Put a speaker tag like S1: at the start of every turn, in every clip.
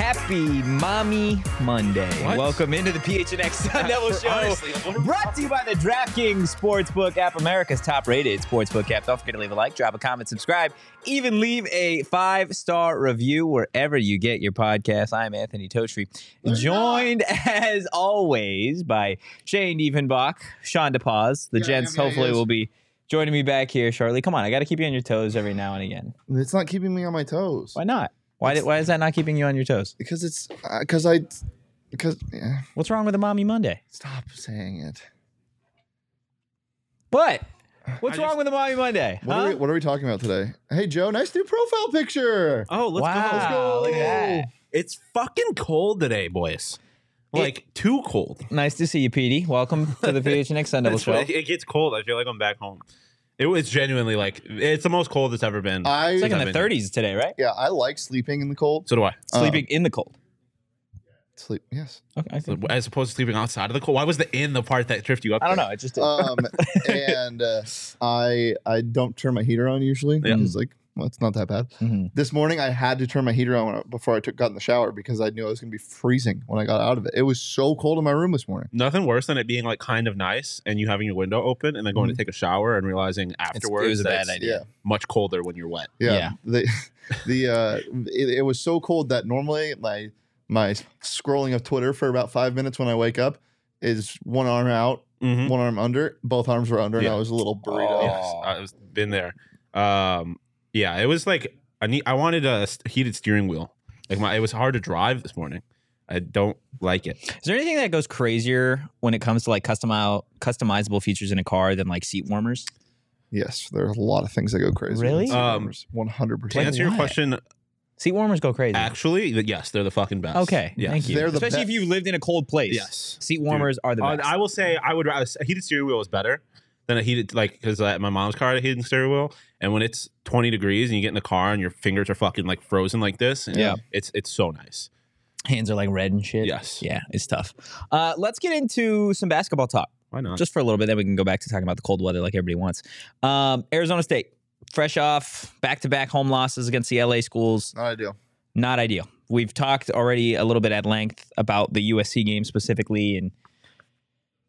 S1: Happy Mommy Monday.
S2: What?
S1: Welcome into the PHNX Sun Devil
S2: For
S1: Show.
S2: honestly, what are-
S1: Brought to you by the DraftKings Sportsbook app, America's top rated sportsbook app. Don't forget to leave a like, drop a comment, subscribe, even leave a five star review wherever you get your podcast. I'm Anthony Totri, joined as always by Shane Diefenbach, Sean DePaz. The
S2: Yeah,
S1: gents
S2: yeah, yeah,
S1: hopefully
S2: yes.
S1: will be joining me back here shortly. Come on, I got to keep you on your toes every now and again.
S2: It's not keeping me on my toes
S1: Why not? Why, why is that not keeping you on your toes?
S2: because it's because I because yeah,
S1: What's wrong with a Mommy Monday?
S2: stop saying it.
S1: But what's wrong with the Mommy Monday?
S2: What,
S1: huh?
S2: are we, what are we talking about today? Hey Joe, nice new profile picture.
S3: Oh, let's
S1: wow,
S3: go. Let's go.
S1: Look at
S3: It's fucking cold today, boys. Like too cold.
S1: that. Nice to see you, Petey. Welcome to the PHNX Sun Devil
S3: That's
S1: Show.
S3: why- it gets cold. I feel like I'm back home. It was genuinely like it's the most cold it's ever been.
S2: I
S1: It's like in
S3: I've
S1: the
S3: been here.
S1: 30s today, right?
S2: yeah, I like sleeping in the cold.
S3: so do I.
S2: Uh,
S1: Sleeping in the cold.
S2: Sleep, yes.
S1: Okay, I, think,
S3: As opposed to sleeping outside of the cold. Why was the in the part that tripped you up?
S1: I don't
S3: there?
S1: know. It just
S2: Um, and uh, I I don't turn my heater on usually.
S3: Yeah.
S2: It's like well, it's not that bad.
S1: Mhm.
S2: This morning I had to turn my heater on when I- before I took got in the shower because I knew I was gonna be freezing when I got out of it. It was so cold in my room this morning.
S3: Nothing worse than it being like kind of nice and you having your window open and then going to take a shower and realizing afterwards
S1: Mm-hmm. it was a
S3: that
S1: bad
S3: it's
S1: idea.
S2: Yeah.
S3: Much colder when you're wet.
S2: Yeah. The the uh it, it was so cold that normally my my scrolling of Twitter for about five minutes when I wake up is one arm out,
S3: Mm-hmm.
S2: one arm under. Both arms were under and
S3: Yeah.
S2: I was a little
S1: Oh.
S2: burrito.
S3: Yes, I've been there. Um, yeah, it was like I need. I wanted a s- heated steering wheel. Like my, it was hard to drive this morning. I don't like it.
S1: Is there anything that goes crazier when it comes to like custom customizable features in a car than like seat warmers?
S2: Yes, there's a lot of things that go crazy.
S1: Really?
S3: Um,
S2: one hundred
S3: To
S1: Like
S2: percent.
S3: answer your
S1: what?
S3: question,
S1: Seat warmers go crazy.
S3: actually, th- yes, they're the fucking best.
S1: okay,
S3: Yes.
S1: thank you.
S2: They're the
S1: Especially
S2: best.
S1: if you lived in a cold place.
S3: Yes.
S1: Seat warmers are the
S3: Uh,
S1: best.
S3: I will say I would rather a heated steering wheel is better than a heated like because at my mom's car I had a heated steering wheel, and when it's 20 degrees and you get in the car and your fingers are fucking like frozen like this, and
S1: Yeah.
S3: it's it's so nice.
S1: Hands are like red and shit.
S3: Yes.
S1: Yeah, it's tough. Uh, let's get into some basketball talk.
S3: Why not?
S1: Uh-huh. just for a little bit. Then we can go back to talking about the cold weather like everybody wants. Um, Arizona State, fresh off back to back home losses against the LA schools,
S2: Not ideal.
S1: not ideal. We've talked already a little bit at length about the USC game specifically and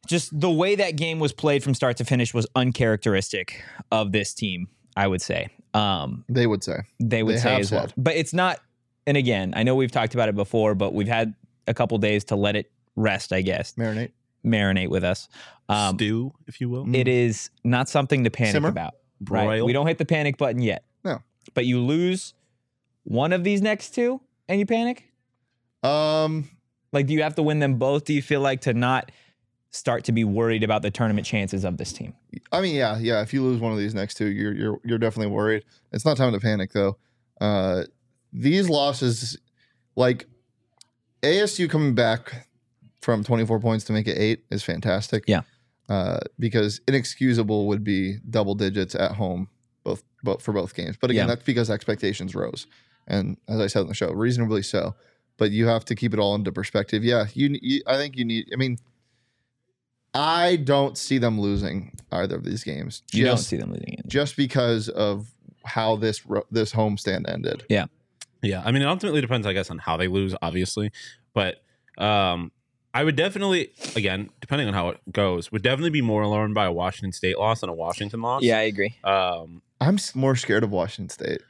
S1: just the way that game was played from start to finish was uncharacteristic of this team, I would say. Um,
S2: They would say.
S1: they would
S2: They
S1: say
S2: have
S1: as well.
S2: said.
S1: But it's not, and again, I know we've talked about it before, but we've had a couple days to let it rest, I guess,
S2: Marinate.
S1: marinate with us. Um,
S3: stew, if you will.
S1: it is not something to panic
S2: Mm. Simmer.
S1: about. Right?
S3: Broil.
S1: We don't hit the panic button yet.
S2: No.
S1: But you lose one of these next two and you panic?
S2: Um
S1: Like, do you have to win them both? Do you feel like to not start to be worried about the tournament chances of this team?
S2: I mean, yeah, yeah. If you lose one of these next two, you're you're you're definitely worried. It's not time to panic though. Uh, these losses, like ASU coming back from 24 points to make it eight, is fantastic.
S1: Yeah.
S2: Uh, because inexcusable would be double digits at home, both but for both games. But again,
S1: Yeah.
S2: that's because expectations rose, and as I said on the show, reasonably so. But you have to keep it all into perspective. Yeah, you. you I think you need. I mean. I don't see them losing either of these games.
S1: You don't
S2: Just-
S1: see them losing it.
S2: just because of how this ro- this homestand ended.
S3: Yeah, I mean, it ultimately depends, I guess, on how they lose, obviously, but um, I would definitely, again, depending on how it goes, would definitely be more alarmed by a Washington State loss than a Washington loss.
S1: Yeah, I agree.
S3: Um,
S2: I'm s- more scared of Washington State.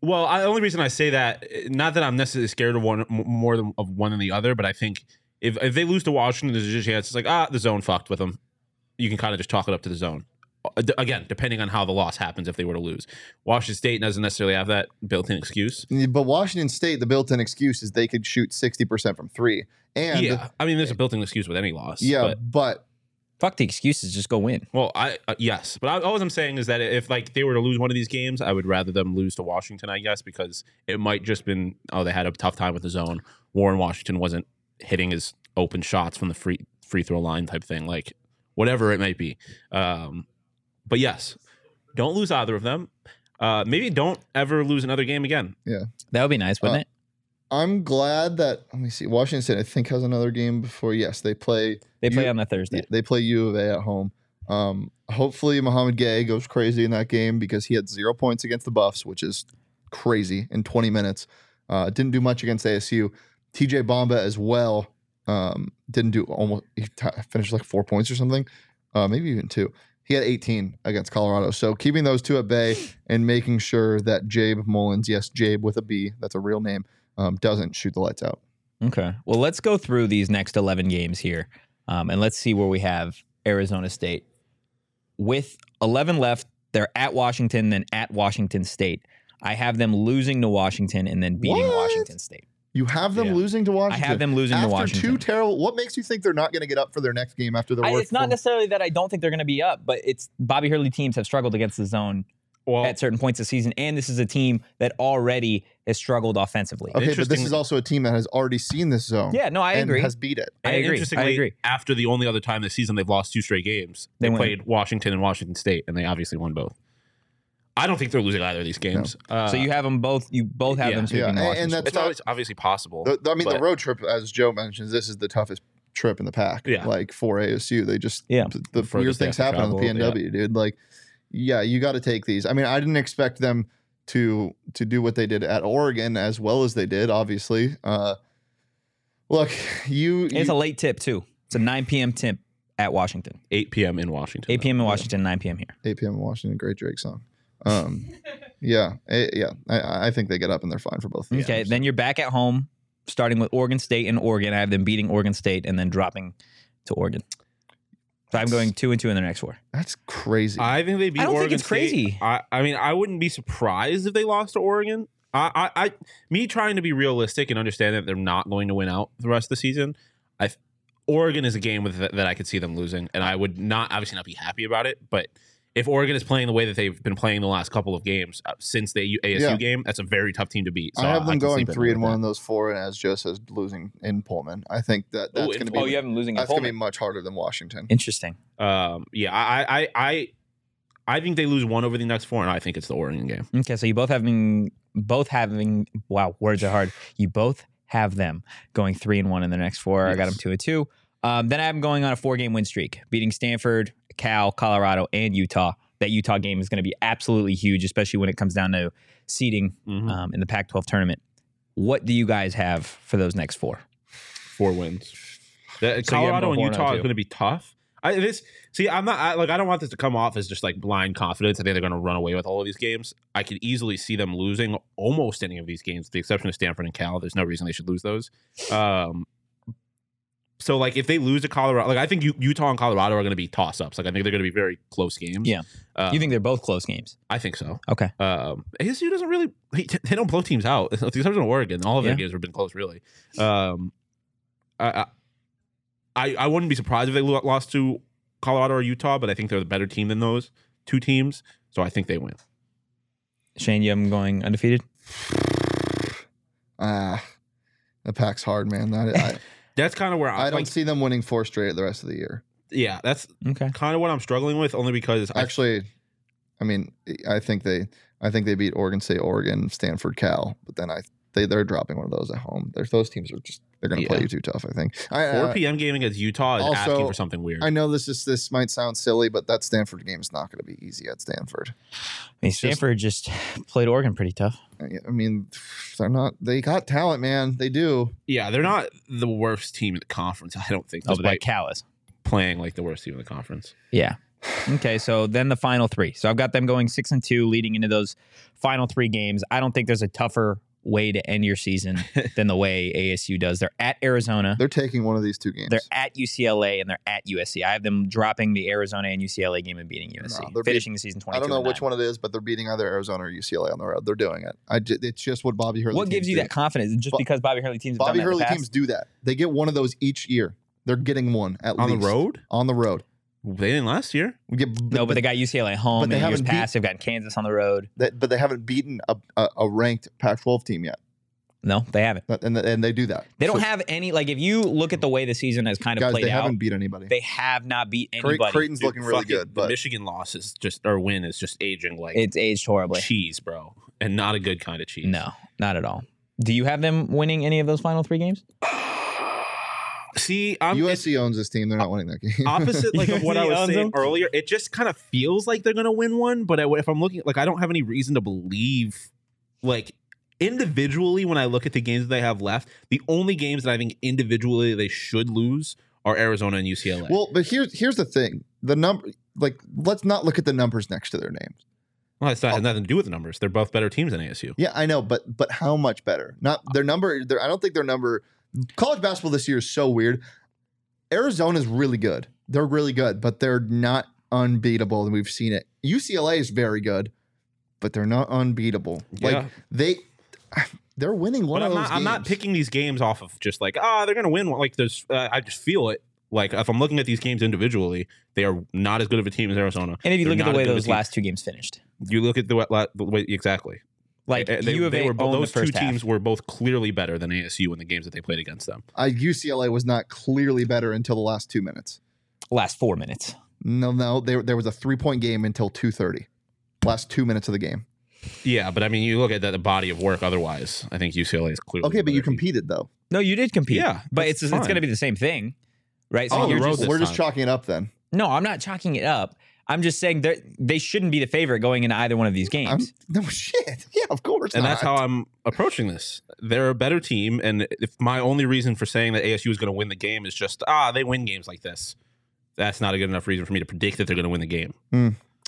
S3: well, I, the only reason I say that, eh, not that I'm necessarily scared of one m- more than of one than the other, but I think if, if they lose to Washington, there's just a chance it's like ah, the zone fucked with them. You can kind of just talk it up to the zone. Uh, d- Again, depending on how the loss happens, if they were to lose, Washington State doesn't necessarily have that built-in excuse.
S2: Yeah, But Washington State, the built-in excuse is they could shoot 60% from 3. And
S3: yeah, I mean, there's a built-in excuse with any loss.
S2: yeah,
S3: but-
S2: but
S1: Fuck the excuses. Just go win.
S3: Well, I uh, yes, but I, all I'm saying is that if like they were to lose one of these games, I would rather them lose to Washington, I guess, because it might just been oh they had a tough time with the zone. Warren Washington wasn't hitting his open shots from the free free throw line type thing, like whatever it might be. Um, but yes, don't lose either of them. Uh, maybe don't ever lose another game again.
S1: That would be nice, wouldn't
S2: Uh,
S1: it?
S2: I'm glad that let me see. Washington State, I think, has another game before. Yes, they play.
S1: They play
S2: you-
S1: on the Thursday.
S2: They play U of A at home. Um, hopefully, Muhammad Gay goes crazy in that game because he had zero points against the Buffs, which is crazy in 20 minutes. Uh, didn't do much against ASU. TJ Bomba as well um, didn't do almost. He t- finished like four points or something, uh, maybe even two. He had 18 against Colorado. So keeping those two at bay and making sure that Jabe Mullins, yes, Jabe with a B, that's a real name, um, doesn't shoot the lights out.
S1: Okay. Well, let's go through these next 11 games here um, and let's see where we have Arizona State. With 11 left, they're at Washington, then at Washington State. I have them losing to Washington and then beating
S2: What?
S1: Washington State.
S2: You have them
S3: Yeah.
S2: losing to Washington.
S1: I have them losing
S2: after
S1: to Washington.
S2: two terrible. What makes you think they're not going to get up for their next game after the?
S1: I,
S2: work
S1: it's not
S2: from-
S1: necessarily that I don't think they're going to be up, but it's Bobby Hurley teams have struggled against the zone
S2: Oh.
S3: Well,
S1: at certain points this season, and this is a team that already has struggled offensively.
S2: Okay, but this
S3: Interesting-
S2: is also a team that has already seen this zone.
S1: Yeah, no, I
S2: Oh. and
S1: agree.
S2: Has beat it.
S1: I
S3: and
S1: agree. I
S3: Interestingly,
S1: agree.
S3: after the only other time this season they've lost two straight games,
S1: They
S3: they,
S1: win.
S3: played Washington and Washington State, and they obviously won both. I don't think they're losing either of these games. Uh,
S1: so you have them both. You both have
S3: yeah.
S1: them
S2: Yeah,
S1: sweeping
S2: and-
S1: Washington.
S2: and that's
S3: it's
S2: not-
S3: always obviously possible.
S2: The- the- I mean, the
S3: but-
S2: road trip, as Joe mentions, this is the toughest trip in the pack.
S3: Yeah.
S2: like for ASU, they just
S1: Yeah.
S2: th- the,
S3: Furthest
S2: weird
S3: they
S2: things
S3: have to
S2: happen on the
S3: travel, yeah.
S2: PNW, dude. Like, yeah, you got to take these. I mean, I didn't expect them to to do what they did at Oregon as well as they did. Obviously, uh, look, you,
S1: It's a
S2: you
S1: late tip too. It's a 9 p.m. tip at Washington.
S3: 8 p.m. in Washington.
S1: 8 p.m. in Washington, 9 p.m. here.
S2: 8 p.m. in Washington. Great Drake song. Um, yeah, eh, yeah. I, I think they get up and they're fine for both. of the
S1: Okay,
S2: games.
S1: then you're back at home, starting with Oregon State and Oregon. I have them beating Oregon State and then dropping to Oregon. So I'm going two and two in the next four.
S2: that's crazy.
S3: I think they beat.
S1: I don't think
S3: Oregon
S1: it's
S3: State.
S1: crazy.
S3: I, I mean, I wouldn't be surprised if they lost to Oregon. I, I, I, me trying to be realistic and understand that they're not going to win out the rest of the season. I, Oregon is a game with that I could see them losing, and I would not obviously not be happy about it. But if Oregon is playing the way that they've been playing the last couple of games uh, since the U- ASU
S2: Yeah.
S3: game, that's a very tough team to beat. So
S2: I have them
S3: can see
S2: going
S3: them
S2: three and
S3: doing
S2: one
S3: that.
S2: in those four, and as Joe says, losing in Pullman. I think that that's
S3: in
S2: going to be
S3: Pullman.
S1: Oh, you have them losing at
S2: that's going to be
S1: home.
S2: much harder than Washington.
S1: Interesting.
S3: Um, yeah, I, I, I, I think they lose one over the next four, and I think it's the Oregon game.
S1: Okay, so you both having both having wow, words are hard. You both have them going three and one in the next four. I got them
S3: Yes.
S1: two and two. Um, then I'm going on a four game win streak, beating Stanford, Cal, Colorado, and Utah. That Utah game is going to be absolutely huge, especially when it comes down to seeding
S3: Mhm.
S1: um, in the Pac-12 tournament. What do you guys have for those next four?
S3: four wins. That,
S1: So you have
S3: Colorado
S1: no
S3: and
S1: four now,
S3: Utah is
S1: too.
S3: going to be tough. I, this see, I'm not I, like I don't want this to come off as just like blind confidence. I think they're going to run away with all of these games. I could easily see them losing almost any of these games, with the exception of Stanford and Cal. There's no reason they should lose those. Um, so like if they lose to Colorado, like I think U- Utah and Colorado are going to be toss ups. Like I think they're going to be very close games.
S1: Yeah.
S3: Uh,
S1: you think they're both close games?
S3: I think so.
S1: Okay.
S3: Um, ASU doesn't really they they don't blow teams out. With the exception of Oregon, all of their
S1: Yeah.
S3: games have been close. Really, um, I, I- I I wouldn't be surprised if they lo- lost to Colorado or Utah, but I think they're the better team than those two teams, so I think they win.
S1: Shane, you have them going undefeated.
S2: Ah, the pack's hard, man. That, I,
S3: That's kind of where
S2: I
S3: I'm
S2: don't
S3: like,
S2: see them winning four straight the rest of the year.
S3: yeah, that's
S1: Okay.
S3: kind of what I'm struggling with, only because I,
S2: Actually, I mean, I think they, I think they beat Oregon State, Oregon, Stanford, Cal, but then I they they're dropping one of those at home. They're, those teams are just they're going to play
S3: Yeah.
S2: you too tough. I think. I,
S3: 4
S2: uh,
S3: p.m. game against Utah is
S2: Also,
S3: asking for something weird.
S2: I know this is this might sound silly, but that Stanford game is not going to be easy at Stanford.
S1: mean, Stanford just Oh, played Oregon pretty tough.
S2: I I mean, they're not. They got talent, man. They do.
S3: yeah, they're not the worst team in the conference. I don't think.
S1: Oh, but that
S3: despite
S1: Cal is.
S3: playing like the worst team in the conference.
S1: Yeah. Okay, so then the final three. So I've got them going six and two leading into those final three games. I don't think there's a tougher way to end your season than the way ASU does. They're at Arizona,
S2: They're taking one of these two games.
S1: they're at UCLA, and they're at USC. I have them dropping the Arizona and UCLA game and beating USC,
S2: they're
S1: finishing the season 22.
S2: I don't know
S1: and
S2: which
S1: nine.
S2: one it is, but they're beating either Arizona or UCLA on the road. They're doing it. I ju- it's just what Bobby Hurley.
S1: What
S2: teams
S1: gives you
S2: do.
S1: that confidence? Just
S2: Bo-
S1: because Bobby Hurley teams have done
S2: Bobby
S1: that in
S2: Hurley
S1: the past?
S2: teams do that. They get one of those each year. They're getting one at
S3: On
S2: least.
S3: the road,
S2: On the road.
S3: they didn't last year.
S2: We get- but,
S1: no, but they got UCLA at home.
S2: but
S1: in
S2: they
S1: the years
S2: haven't beat-
S1: past, they've got Kansas on the road.
S2: that- but they haven't beaten a, a, a ranked Pac-12 team yet,
S1: No, they haven't.
S2: That- and and they do that.
S1: They don't
S2: So,
S1: have any. Like, if you look at the way the season has kind of
S2: guys.
S1: played
S2: They
S1: out,
S2: haven't beat anybody.
S1: they have not beat
S2: Cre-
S1: anybody.
S2: Creighton's
S3: Dude,
S2: looking really
S3: fucking-
S2: good,
S3: the
S2: but
S3: Michigan loss is just or win is just aging like
S1: It's aged horribly.
S3: cheese, bro, and not a good kind of cheese.
S1: No, not at all. Do you have them winning any of those final three games?
S3: See, I'm it's
S2: USC owns this team. They're not winning that game.
S3: opposite like of what I was
S1: USC
S3: saying
S1: owns them?
S3: earlier. It just kind of feels like they're gonna win one, but I, if I'm looking like I don't have any reason to believe like individually when I look at the games that they have left. The only games that I think individually they should lose are Arizona and UCLA.
S2: well, but here's here's the thing. The number, like, let's not look at the numbers next to their names.
S3: Well, it's not
S2: oh.
S3: has nothing to do with the numbers. They're both better teams than ASU.
S2: Yeah, I know, but but how much better? Not their number. Their, I don't think their number. College basketball this year is so weird. Arizona's really good. They're really good, but they're not unbeatable, and we've seen it. UCLA is very good, but they're not unbeatable. Like
S3: Yeah.
S2: they, they're winning one
S3: But
S2: of
S3: I'm
S2: those
S3: not, I'm not
S2: games.
S3: picking these games off of just like ah they're gonna win. one." Like there's uh, I just feel it. Like if I'm looking at these games individually, they are not as good of a team as Arizona.
S1: And if you
S3: They're
S1: look at the
S3: not as
S1: way
S3: good of a
S1: those
S3: team.
S1: last two games finished,
S3: you look at the, wa- la- the way exactly
S1: like
S3: Uh, they,
S1: U of
S3: they
S1: A
S3: were both,
S1: owned
S3: those
S1: the
S3: two
S1: first half.
S3: teams were both clearly better than ASU in the games that they played against them.
S2: Uh, UCLA was not clearly better until the last two minutes.
S1: last four minutes.
S2: No, no, there there was a three point game until two thirty. Last two minutes of the game.
S3: Yeah, but I mean, you look at the, the body of work. Otherwise, I think UCLA is clearly
S2: Okay, but you
S3: better.
S2: competed though.
S1: No, you did compete.
S3: Yeah,
S1: but it's
S3: that's
S1: it's
S3: fine.
S1: going to be the same thing, right?
S3: Oh,
S1: you're
S3: the road
S1: just,
S3: this
S2: we're just
S3: time.
S2: chalking it up then.
S1: no, I'm not chalking it up. I'm just saying they they shouldn't be the favorite going into either one of these games.
S2: I'm, no shit. Yeah, of course.
S3: And that's
S2: not.
S3: how I'm approaching this. They're a better team, and if my only reason for saying that ASU is going to win the game is just ah they win games like this, that's not a good enough reason for me to predict that they're going to win the game.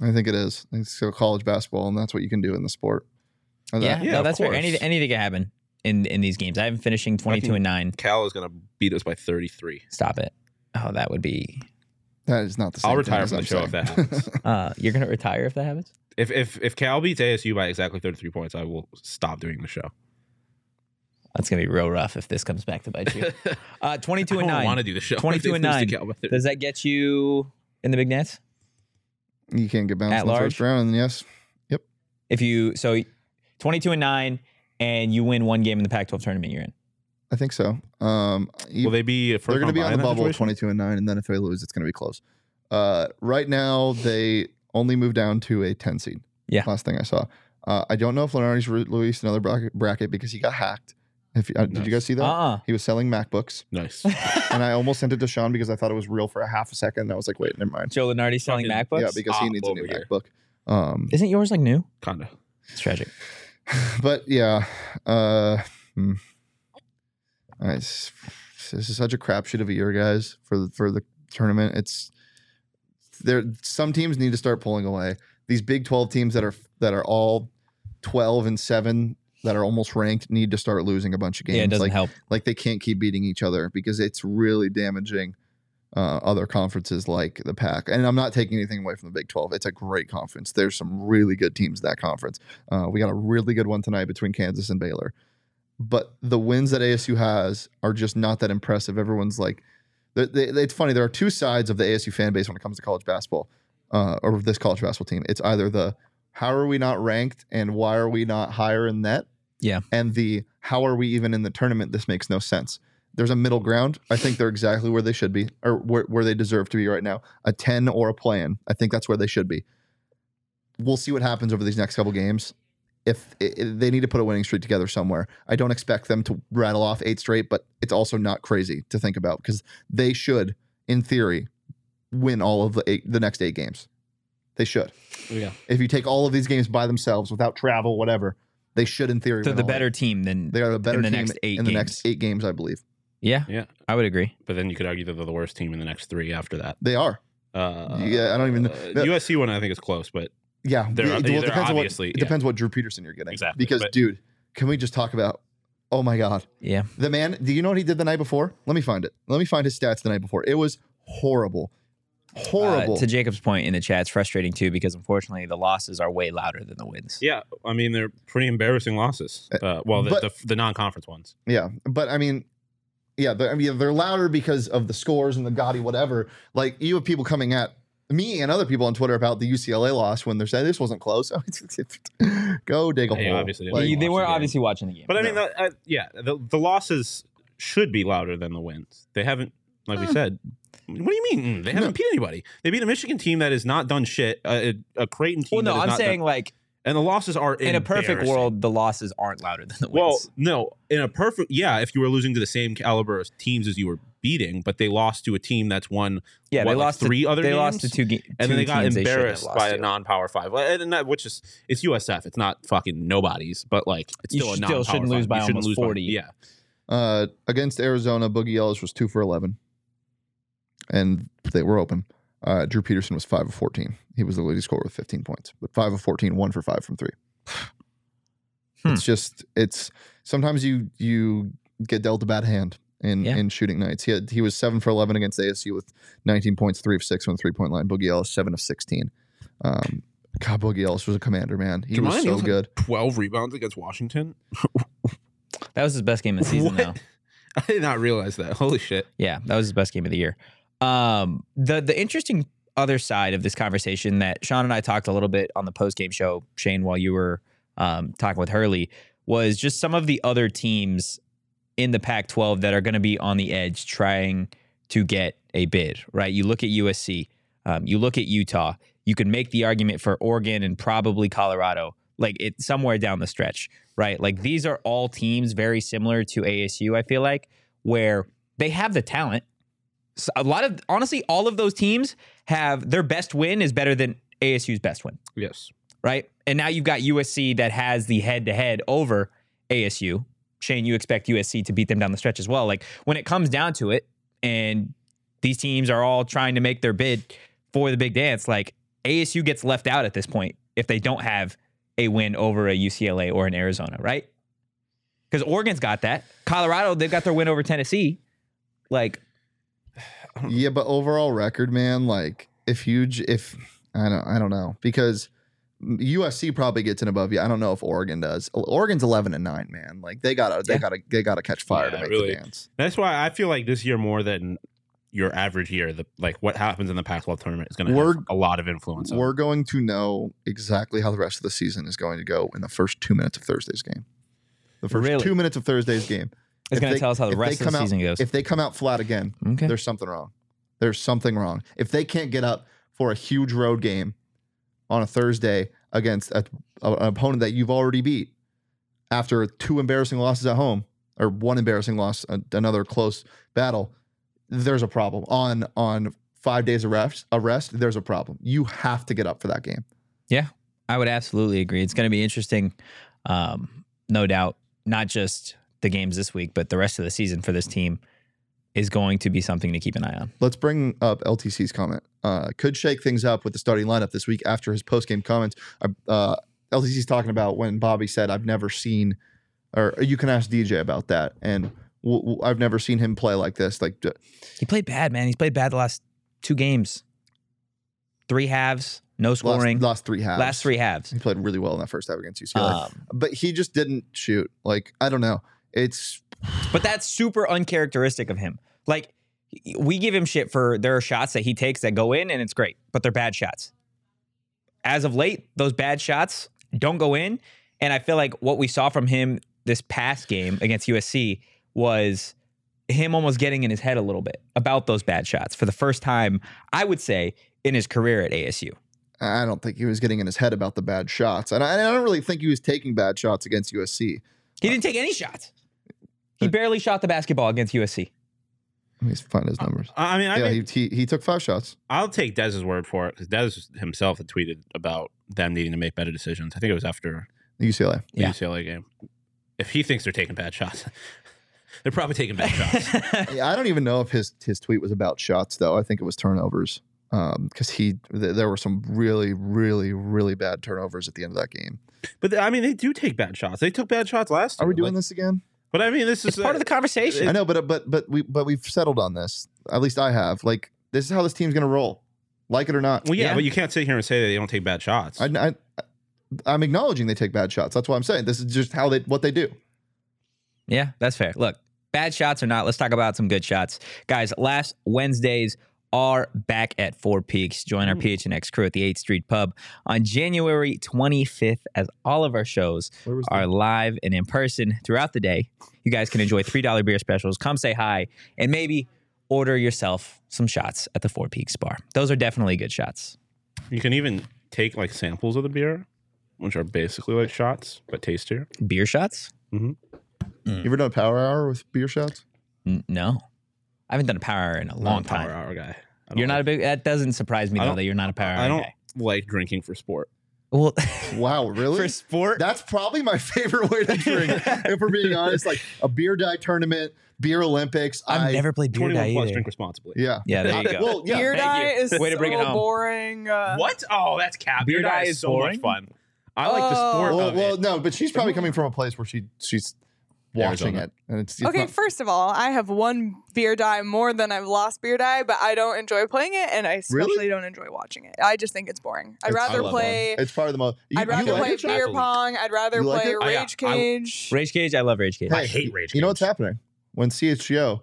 S2: I think it is. It's still college basketball, and that's what you can do in the sport. And
S1: yeah,
S2: that-
S3: yeah,
S1: no,
S3: of
S1: that's fair. Any,
S3: course.
S1: anything can happen in in these games. I'm finishing 22 and nine.
S3: Cal is going to beat us by 33.
S1: Stop it. Oh, that would be.
S2: that is not the same.
S3: I'll
S2: thing
S3: retire
S2: as
S3: from the
S2: I'm
S3: show if
S2: saying.
S3: that happens.
S1: Uh, you're gonna retire if that happens.
S3: if if if Cal beats ASU by exactly 33 points, I will stop doing the show.
S1: That's gonna be real rough if this comes back to bite you. Uh, 22
S3: I
S1: and
S3: don't
S1: nine.
S3: want to do the show.
S1: 22
S3: If
S1: and
S3: they lose to
S1: 9.
S3: Cal by 30.
S1: Does that get you in the big nets?
S2: you can't get bounced
S1: At
S2: in the
S1: large?
S2: first round, then yes,
S1: If you so 22 and 9 and you win one game in the Pac-12 tournament you're in.
S2: I think so. Um,
S3: Will they be a first
S2: are going to
S3: round
S2: be
S3: bye
S2: on
S3: in that
S2: the bubble,
S3: situation?
S2: twenty-two and nine, and then if they lose, it's going to be close. Uh, right now, they only moved down to a ten seed.
S1: Yeah.
S2: last thing I saw. Uh, I don't know if Lenardi's re- released another bracket, bracket because he got hacked. If you, uh, did you guys see that?
S1: Uh-uh.
S2: He was selling MacBooks,
S3: Nice.
S2: and I almost sent it to Sean because I thought it was real for a half a second. And I was like, wait, never mind.
S1: Joe Lenardi selling
S3: Fucking-
S1: MacBooks.
S2: Yeah, because he
S3: up
S2: needs a new
S3: over here.
S2: MacBook. Um,
S1: Isn't yours like new?
S3: Kinda.
S1: It's tragic.
S2: but yeah, uh, hmm. I s- this is such a crapshoot of a year, guys, for the, for the tournament. It's there. Some teams need to start pulling away. These Big Twelve teams that are that are all twelve and seven that are almost ranked need to start losing a bunch of games.
S1: yeah, it doesn't
S2: like
S1: help.
S2: like they can't keep beating each other because it's really damaging uh, other conferences like the Pac. And I'm not taking anything away from the Big 12. It's a great conference. There's some really good teams in that conference. Uh, we got a really good one tonight between Kansas and Baylor. But the wins that ASU has are just not that impressive. Everyone's like, they, they, it's funny. There are two sides of the ASU fan base when it comes to college basketball uh, or this college basketball team. It's either the how are we not ranked and why are we not higher in net?
S1: Yeah.
S2: And the how are we even in the tournament? This makes no sense. There's a middle ground. I think they're exactly where they should be or where, where they deserve to be right now a 10 or a plan. I think that's where they should be. We'll see what happens over these next couple games. if i i- they need to put a winning streak together somewhere. I don't expect them to rattle off eight straight, but it's also not crazy to think about because they should, in theory, win all of the eight, the next eight games. They should.
S3: Yeah.
S2: If you take all of these games by themselves without travel, whatever, they should, in theory,
S1: So
S2: win
S1: the
S2: all eight.
S1: better team than
S2: They are the better
S1: the
S2: team
S1: next eight
S2: in the next
S1: games.
S2: eight games, I believe.
S1: yeah,
S3: Yeah.
S1: I would agree.
S3: But then you could argue that they're the worst team in the next three after that.
S2: They are.
S3: Uh,
S2: Yeah, I don't even-
S3: uh, USC one, I think, is close, but
S2: Yeah,
S3: They're-
S2: it-
S3: they-
S2: well, it
S3: they're
S2: depends on what,
S3: obviously-
S2: it
S3: yeah.
S2: depends what Drew Peterson you're getting.
S3: Exactly,
S2: Because,
S3: but-
S2: dude, can we just talk about? Oh my God,
S1: Yeah,
S2: the man! Do you know what he did the night before? Let me find it. Let me find his stats the night before. It was horrible, horrible.
S1: Uh, to Jacob's point in the chat, it's frustrating too because unfortunately the losses are way louder than the wins.
S3: yeah, I mean, they're pretty embarrassing losses. Uh, well, the,
S2: but-
S3: the, the non conference ones.
S2: yeah, but I mean, yeah, they're, I mean they're louder because of the scores and the gaudy whatever. Like you have people coming at me and other people on Twitter about the UCLA loss when they're saying this wasn't close. Go dig a
S3: Hey,
S2: hole.
S3: obviously they
S2: Like,
S3: didn't
S1: You- they
S3: watch
S1: were
S3: the game.
S1: obviously watching the game.
S3: But I mean, the, uh, yeah, the, the losses should be louder than the wins. They haven't, like we said. What do you mean? mm, They haven't beat anybody. They beat a Michigan team that has not done shit. A, a a Creighton team.
S1: well, no,
S3: that has
S1: I'm
S3: not
S1: saying
S3: done-
S1: like
S3: and the losses are
S1: in a perfect
S3: embarrassing.
S1: world, the losses aren't louder than the wins.
S3: Well, no, in a perfect, yeah, if you were losing to the same caliber of teams as you were beating, but they lost to a team that's won,
S1: yeah,
S3: what,
S1: they
S3: like
S1: lost
S3: three
S1: to,
S3: other
S1: They lost to
S3: games?
S1: two games,
S3: and then they got
S1: shouldn't have
S3: embarrassed
S1: lost
S3: by a
S1: to.
S3: non-power five, Well, and that, which is it's USF. It's not fucking nobody's, but like it's
S1: You
S3: still a
S1: still
S3: non-power
S1: shouldn't
S3: five.
S1: lose by
S3: You shouldn't
S1: almost
S3: lose
S1: 40.
S3: yeah,
S2: Uh, against Arizona, Boogie Ellis was two for eleven, and they were open. Uh, Drew Peterson was five of fourteen. He was the leading scorer with fifteen points, but five of 14, one for five from three. It's just it's sometimes you you get dealt a bad hand in
S1: Yeah.
S2: in shooting nights. He had, he was seven for eleven against ASU with nineteen points, three of six from the three point line. Boogie Ellis seven of sixteen. Um, God, Boogie Ellis was a commander, man. He was so good.
S3: Twelve rebounds against Washington.
S1: That was his best game of the season,
S3: What?
S1: though.
S3: I did not realize that. Holy shit!
S1: Yeah, that was his best game of the year. Um, the the interesting other side of this conversation that Sean and I talked a little bit on the post game show, Shane, while you were um, talking with Hurley, was just some of the other teams in the Pac 12 that are going to be on the edge trying to get a bid, right? You look at USC, um, you look at Utah, you can make the argument for Oregon and probably Colorado, like it somewhere down the stretch, right? Like these are all teams very similar to ASU, I feel like, where they have the talent. So a lot of, honestly, all of those teams have their best win is better than ASU's best win
S3: Yes,
S1: right? And now you've got USC that has the head to head over ASU. Shane, you expect USC to beat them down the stretch as well. Like when it comes down to it, and these teams are all trying to make their bid for the big dance, like ASU gets left out at this point if they don't have a win over a UCLA or an Arizona, right? Because Oregon's got that. Colorado, they've got their win over Tennessee. Like,
S2: Yeah, but overall record, man, like if you j- if I don't I don't know because USC probably gets in above you. I don't know if Oregon does. Oregon's eleven and nine, man. Like they gotta they
S1: Yeah.
S2: gotta they gotta catch fire
S3: Yeah,
S2: to make
S3: really.
S2: the dance.
S3: that's why I feel like this year more than your average year, the like what happens in the Pac-12 tournament is going to have
S2: We're-
S3: a lot of influence. on
S2: We're going to know exactly how the rest of the season is going to go in the first two minutes of Thursday's game. The first
S1: Really?
S2: two minutes of Thursday's game.
S1: it's
S2: If
S1: going
S2: they-
S1: to tell us how the
S2: if they
S1: rest of
S2: come
S1: the
S2: out-
S1: season goes.
S2: If they come out flat again,
S1: okay.
S2: there's something wrong. There's something wrong. If they can't get up for a huge road game on a Thursday against a, a- an opponent that you've already beat after two embarrassing losses at home or one embarrassing loss, a- another close battle, there's a problem. On on five days of rest, a rest, there's a problem. You have to get up for that game.
S1: I would absolutely agree. It's going to be interesting, um, no doubt. Not just the games this week, but the rest of the season for this team is going to be something to keep an eye on.
S2: Let's bring up LTC's comment. Uh, could shake things up with the starting lineup this week after his post-game comments. I- Uh, LTC's talking about when Bobby said, "I've never seen," or you can ask DJ about that. And w- w- I've never seen him play like this. Like d-
S1: He played bad, man. He's played bad the last two games, three halves, no
S2: last,
S1: scoring. Last,
S2: last three halves.
S1: three halves.
S2: he played really well in that first half against UCLA,
S1: Um,
S2: but he just didn't shoot. Like I don't know. It's
S1: but that's super uncharacteristic of him. Like we give him shit for there are shots that he takes that go in and it's great, but they're bad shots. As of late, those bad shots don't go in, and I feel like what we saw from him this past game against USC was him almost getting in his head a little bit about those bad shots for the first time I would say in his career at ASU.
S2: I don't think he was getting in his head about the bad shots, and I, and I don't really think he was taking bad shots against USC.
S1: He didn't take any shots. He barely shot the basketball against USC.
S2: Let me find his numbers.
S3: I I mean, I
S2: yeah,
S3: mean,
S2: he, he he took five shots.
S3: I'll take Dez's word for it because Dez himself had tweeted about them needing to make better decisions. I think it was after
S2: UCLA.
S3: the
S1: Yeah.
S3: UCLA game. If he thinks they're taking bad shots, they're probably taking bad shots.
S1: That's
S2: Yeah, I don't even know if his his tweet was about shots though. I think it was turnovers because he th- there were some really really really bad turnovers at the end of that game.
S3: But I mean, they do take bad shots. They took bad shots last.
S2: Are we
S3: year,
S2: doing
S3: like-
S2: this again?
S3: But I mean, this is
S1: part of the
S2: I
S1: conversation.
S2: know, but but but we but we've settled on this. At least I have. Like this is how this team's gonna roll, like it or not.
S3: Well, yeah,
S1: Yeah.
S3: but you can't sit here and say that they don't take bad shots.
S2: I, I I'm acknowledging they take bad shots. That's what I'm saying. This is just how they what they do.
S1: Yeah, that's fair. Look, bad shots or not, let's talk about some good shots. Guys, last Wednesdays are back at Four Peaks. Join our
S3: Mm.
S1: PHNX crew at the 8th Street Pub on January 25th as all of our shows
S2: Where was
S1: are live and in person throughout the day. You guys can enjoy $3 beer specials. Come say hi and maybe order yourself some shots at the Four Peaks Bar. Those are definitely good shots.
S3: you can even take like samples of the beer, which are basically like shots but tastier.
S1: Beer shots?
S2: you ever done a power hour with beer shots?
S1: N- no. I haven't done a power hour in a long,
S3: I'm a
S1: time.
S3: power hour guy. I don't
S1: You're not a
S3: like-
S1: big that doesn't surprise me
S3: I
S1: though
S3: don't-
S1: that you're not a power hour
S3: I don't
S1: guy.
S3: like drinking for sport.
S1: Well,
S2: Wow, really?
S1: for sport,
S2: That's probably my favorite way to drink. if we're being honest, like a beer die tournament, beer Olympics.
S1: I've
S2: I-
S1: never played beer
S3: 21
S1: die
S3: plus,
S1: either.
S3: drink responsibly.
S2: Yeah.
S1: Yeah, there you go.
S2: Well, yeah.
S4: Beer
S3: Thank
S4: dye
S3: you.
S4: is
S3: Way to bring it
S4: so
S3: home.
S4: boring. Uh,
S3: What? Oh, that's cap. Beer, dye is so
S1: boring?
S3: much fun. I like the
S4: Oh.
S3: sport
S2: Well,
S3: of
S2: well,
S3: it.
S2: no, but she's probably coming from a place where she she's watching
S3: Arizona.
S2: it, and it's, it's
S4: Okay,
S2: not-
S4: first of all, I have one beer dye more than I've lost beer dye, but I don't enjoy playing it, and I
S2: Really?
S4: especially don't enjoy watching it. I just think it's boring. I'd
S2: It's-
S3: I
S4: rather
S3: love
S4: play.
S2: it's probably the most. You,
S4: I'd rather
S2: you like
S4: play
S2: it, Josh?
S4: beer
S3: Absolutely.
S4: pong. I'd rather
S2: You like
S4: play
S2: it?
S3: I-
S4: rage
S3: I- I-
S4: cage.
S1: Rage cage, I love rage cage.
S3: I hate rage
S2: You know what's
S3: games.
S2: happening when CHGO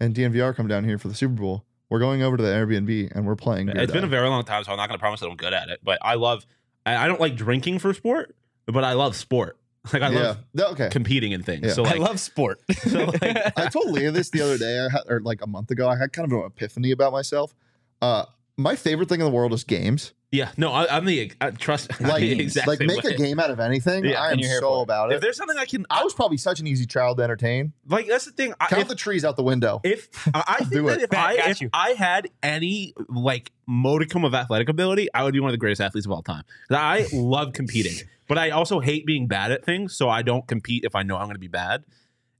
S2: and DNVR come down here for the Super Bowl? We're going over to the Airbnb and we're playing. Beer
S3: It's been
S2: Dye.
S3: a very long time, so I'm not going to promise that I'm good at it. But I love. I I don't like drinking for sport, but I love sport. Like I
S2: yeah.
S3: love
S2: No, okay.
S3: competing in things.
S2: Yeah.
S3: So like,
S1: I love sport.
S3: So, like-
S2: I told Leah this the other day, I had, or like a month ago. I had kind of an epiphany about myself. Uh, my favorite thing in the world is games.
S3: yeah, no, I, I'm the I trust. I'm
S2: like,
S3: the exact
S2: like
S3: same
S2: make
S3: way.
S2: a game out of anything.
S3: Yeah,
S2: I
S1: and
S2: am
S1: you're here
S2: so
S1: for it.
S2: about
S3: If
S2: it.
S3: there's something I can,
S2: I was probably such an easy child to entertain.
S3: like that's the thing. I,
S2: Count
S3: if,
S2: the trees out the window.
S3: if I I
S2: Do
S3: think that
S2: it.
S3: if
S1: Matt,
S3: I
S1: got
S3: if
S1: you.
S3: I had any like modicum of athletic ability, I would be one of the greatest athletes of all time. I love competing, but I also hate being bad at things. So I don't compete if I know I'm going to be bad.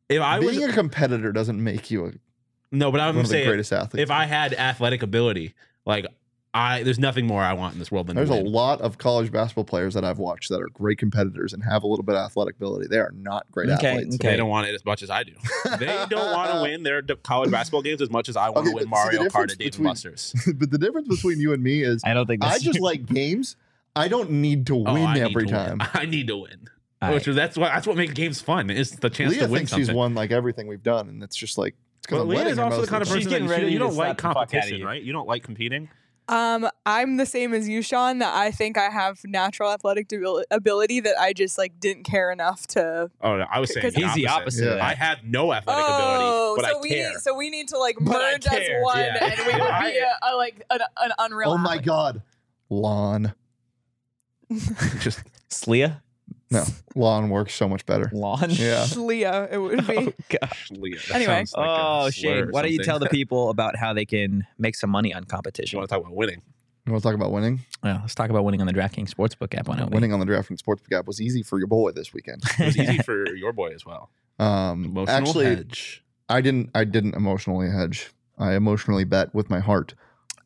S3: If I
S2: Being
S3: was
S2: a competitor doesn't make you a,
S3: no, but
S2: one
S3: I'm
S2: of the
S3: saying
S2: greatest athletes.
S3: if I had athletic ability, like I there's nothing more I want in this world than to
S2: There's a
S3: win.
S2: lot of college basketball players that I've watched that are great competitors and have a little bit of athletic ability. They are not great
S1: Okay,
S2: athletes.
S1: okay.
S3: They don't want it as much as I do. They don't want to win their d- college basketball games as much as I want
S2: Okay,
S3: to win
S2: but see, the
S3: Mario Kart
S2: difference
S3: at Dave
S2: between-
S3: and Buster's.
S2: but the difference between you and me is
S1: I don't think
S2: I
S1: that's
S2: just like games. I don't need to
S3: Oh,
S2: win
S3: I need
S2: every
S3: to win.
S2: time.
S3: I need to win.
S1: All right.
S3: Which is that's what that's what makes games fun. Is the chance
S2: Leah
S3: to win
S2: thinks
S3: something.
S2: she's won like everything we've done, and it's just like. it's 'cause
S3: But
S2: I'm
S3: Leah
S2: winning
S3: is
S2: her
S3: also the
S2: most
S3: kind of
S2: the
S3: person
S1: She's
S3: that
S1: getting
S3: you,
S1: ready
S3: you
S1: to
S3: don't like
S1: slap the fuck outta
S3: competition,
S1: you.
S3: right? You don't like competing.
S4: Um, I'm the same as you, Sean. That I think I have natural athletic debil- ability that I just like didn't care enough to.
S3: Oh, no, I was saying
S4: Because-
S1: He's the opposite.
S2: Yeah.
S1: Of that.
S3: I have no athletic
S4: oh,
S3: ability, but
S4: so
S3: I
S4: we
S3: care.
S4: need, so we need to like
S3: But I
S4: merge as
S3: care.
S4: one,
S3: Yeah.
S4: and we would
S3: I-
S4: be a, a, like an, an unreal.
S2: Oh my
S4: athlete.
S2: god, lawn.
S3: Just
S1: Slia
S2: No, lawn works so much better.
S1: lawn.
S2: Yeah.
S4: Leah, it would be.
S3: Leah. that
S4: Anyway.
S3: sounds like a
S1: oh,
S3: slur
S1: Shane,
S3: or
S1: why don't you
S3: something.
S1: tell the people about how they can make some money on
S3: you
S1: competition?
S3: want to talk about winning?
S2: You want to talk about winning?
S1: Well, let's talk about winning on the DraftKings Sportsbook app. Why don't we?
S2: Winning on the DraftKings Sportsbook app was easy for your boy this weekend.
S3: It was easy for your boy as well.
S2: Um,
S3: Emotional
S2: actually,
S3: hedge.
S2: I didn't. I didn't emotionally hedge. I emotionally bet with my heart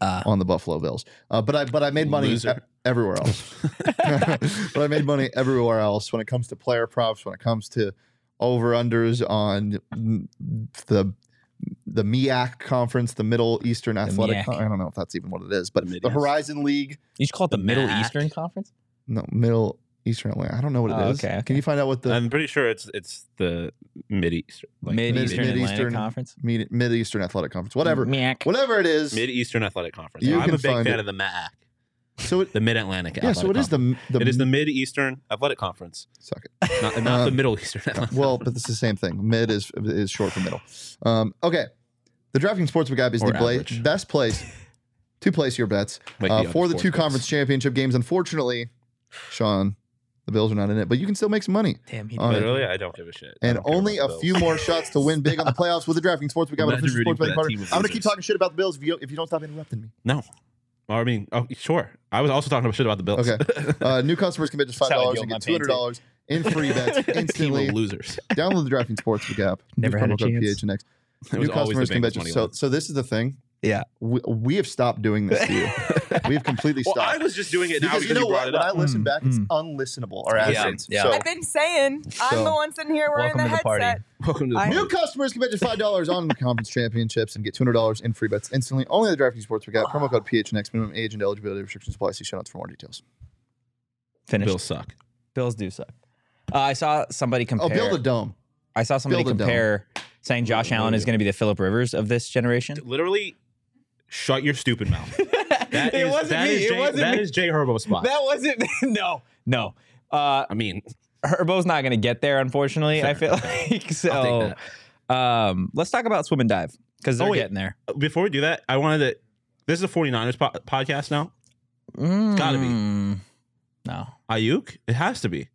S1: Ah.
S2: on the Buffalo Bills. Uh, but I but I made money
S3: Loser.
S2: e- everywhere else. but I made money everywhere else when it comes to player props. When it comes to over unders on mm, the the MIAC conference, the Middle Eastern Athletic.
S1: MIAC.
S2: Con- I don't know if that's even what it is, but
S3: E The
S2: the,
S3: Mideast?
S2: Horizon League,
S1: You should call it the Middle
S3: Mac.
S1: Eastern Conference.
S2: no Middle Eastern Atlantic. I don't know what it is.
S1: Oh, okay, okay.
S2: Can you find out what the
S3: I'm pretty sure it's it's the mid east
S1: Mid Eastern
S2: Mid-
S1: Atlantic
S2: Mid-Eastern-
S1: Conference.
S2: Mid Mid Eastern Athletic Conference, whatever,
S1: Mac.
S2: whatever it is.
S3: Mid Eastern Athletic Conference.
S2: You
S3: I'm a
S2: can
S3: big
S2: find
S3: fan
S2: it.
S3: of the MAAC,
S2: so it,
S3: the Mid Atlantic.
S2: yeah, so it is the the
S3: it is the Mid Eastern Athletic Conference,
S2: suck it.
S3: not, not the
S2: Um,
S3: Middle Eastern. Athletic
S2: Well, but it's the same thing. Mid is is short for middle. Um, okay, the DraftKings Sportsbook app is
S3: Or
S2: the pla-
S3: average.
S2: best place to place your bets
S3: Like
S2: uh,
S3: the other
S2: for the
S3: sports
S2: two
S3: bets.
S2: conference championship games. Unfortunately, Sean, the Bills are not in it, but you can still make some money.
S1: Damn, he
S2: All right.
S3: Literally, I don't give a shit. I
S2: And
S3: don't care
S2: only
S3: about
S2: a
S3: the
S2: few
S3: Bills.
S2: more shots to win big on the playoffs with the DraftKings Sportsbook app, an
S3: Imagine
S2: official
S3: rooting
S2: sports
S3: for
S2: betting
S3: that
S2: partner.
S3: team of
S2: I'm gonna keep
S3: losers.
S2: talking shit about the Bills if you, if you don't stop interrupting me.
S3: No. Well, I mean, oh, sure. I was also talking about shit about the Bills.
S2: Okay. Uh, new customers commit just five
S1: That's how I
S2: dollars
S1: deal
S2: and get
S1: with
S2: two
S1: my pain,
S2: hundred dollars in free bets instantly.
S3: Team of losers.
S2: Download the DraftKings Sportsbook app.
S1: Never
S2: Use
S1: had
S2: promo
S1: a
S2: code
S1: chance.
S2: PHNX.
S3: It
S2: New
S3: was always
S2: customers
S3: the
S2: can bet.
S3: Bengals
S2: just-
S3: money
S2: So,
S3: line.
S2: so this is the thing.
S1: Yeah.
S2: we, we have stopped doing this to you. we have completely
S3: Well,
S2: stopped.
S3: I was just doing it now
S2: because
S3: because
S2: you know
S3: brought
S2: what?
S3: it
S2: When I
S3: up.
S2: listen
S1: Mm,
S2: back, it's unlistenable. Our ad
S1: Yeah,
S2: reads.
S1: yeah.
S2: So,
S4: I've been saying I'm
S2: So-
S4: the one sitting here wearing
S1: Welcome to
S4: the
S1: the party.
S4: headset.
S3: Welcome to the
S4: I-
S2: New customers can bet just five dollars on conference championships and get two hundred dollars in free bets instantly. Only at the DraftKings Sportsbook app. Promo code PHNX. Minimum age and eligibility restrictions apply. See show notes for more details.
S1: Finished.
S3: Bills
S1: Bills,
S3: suck.
S1: do suck. Uh, I saw somebody compare.
S2: Oh, build a dome.
S1: I saw somebody
S2: build a dome.
S1: compare saying Josh Allen is going to be the Philip Rivers of this generation.
S3: Literally, shut your stupid mouth. That
S1: It
S3: is-
S1: wasn't
S3: that
S1: me,
S3: is
S1: it
S3: Jay-
S1: wasn't
S3: That
S1: me.
S3: is Jay Herbo's spot.
S1: That wasn't no, no. Uh,
S3: I mean,
S1: Herbo's not going to get there, unfortunately. I feel like so. Um, let's talk about swim and dive because they're
S3: Oh, wait.
S1: getting there.
S3: before we do that, I wanted to. This is a 49ers po- podcast now. gotta be.
S1: Mm, No,
S3: Ayuk? It has to be.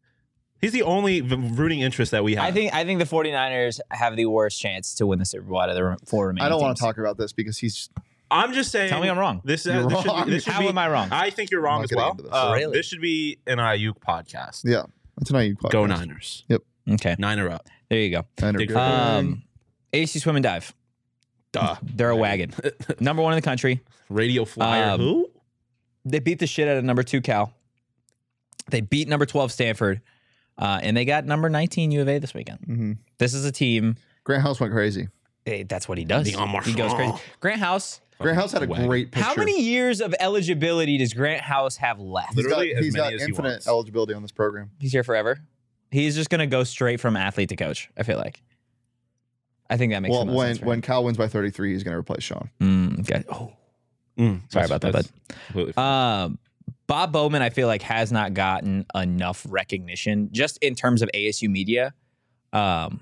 S3: He's the only v- rooting interest that we have.
S1: I think I think the 49ers have the worst chance to win the Super Bowl out of the rem- four remaining.
S2: I don't want
S1: teams.
S2: to talk about this because he's
S3: I'm just saying.
S1: Tell me I'm wrong.
S3: This,
S2: You're
S3: uh, this should
S2: wrong.
S3: be. This should
S1: How
S3: be
S1: am I wrong?
S3: I think you're wrong
S2: not
S3: as
S2: getting
S3: well.
S2: into this.
S3: Uh,
S1: Really?
S3: This should be an Ayuk podcast.
S2: yeah. That's an IU podcast.
S3: Go Niners.
S1: okay,
S3: Niner up.
S1: there you go.
S2: Niner
S3: Dig
S2: go.
S3: for it.
S1: Um, AC swim and dive.
S3: Duh.
S1: They're a wagon. number one in the country.
S3: Radio flyer.
S1: Um,
S3: Who?
S1: They beat the shit out of number two Cal. They beat number twelve Stanford, uh, and they got number nineteen U of A this weekend.
S2: Mhm.
S1: This is a team.
S2: Grant House went crazy.
S1: eh, that's what he does.
S3: Leon
S1: He goes
S3: Marchand.
S1: crazy. Grant House.
S2: Grant House had a
S3: Wagon.
S2: great picture.
S1: How many years of eligibility does Grant House have left?
S2: He's got,
S3: Literally as
S2: he's
S3: many
S2: got
S3: as he
S2: infinite
S3: wants.
S2: eligibility on this program.
S1: He's here forever. He's just gonna go straight from athlete to coach. I feel like. I think that makes
S2: Well,
S1: the most
S2: when
S1: sense for
S2: when
S1: him.
S2: Cal wins by 33, he's going to replace Sean.
S1: Mm, okay. Oh,
S3: Mm,
S1: sorry
S3: that's-
S1: about that, bud.
S3: that's completely fine.
S1: Um, Bob Bowman, I feel like, has not gotten enough recognition just in terms of ASU media. Um,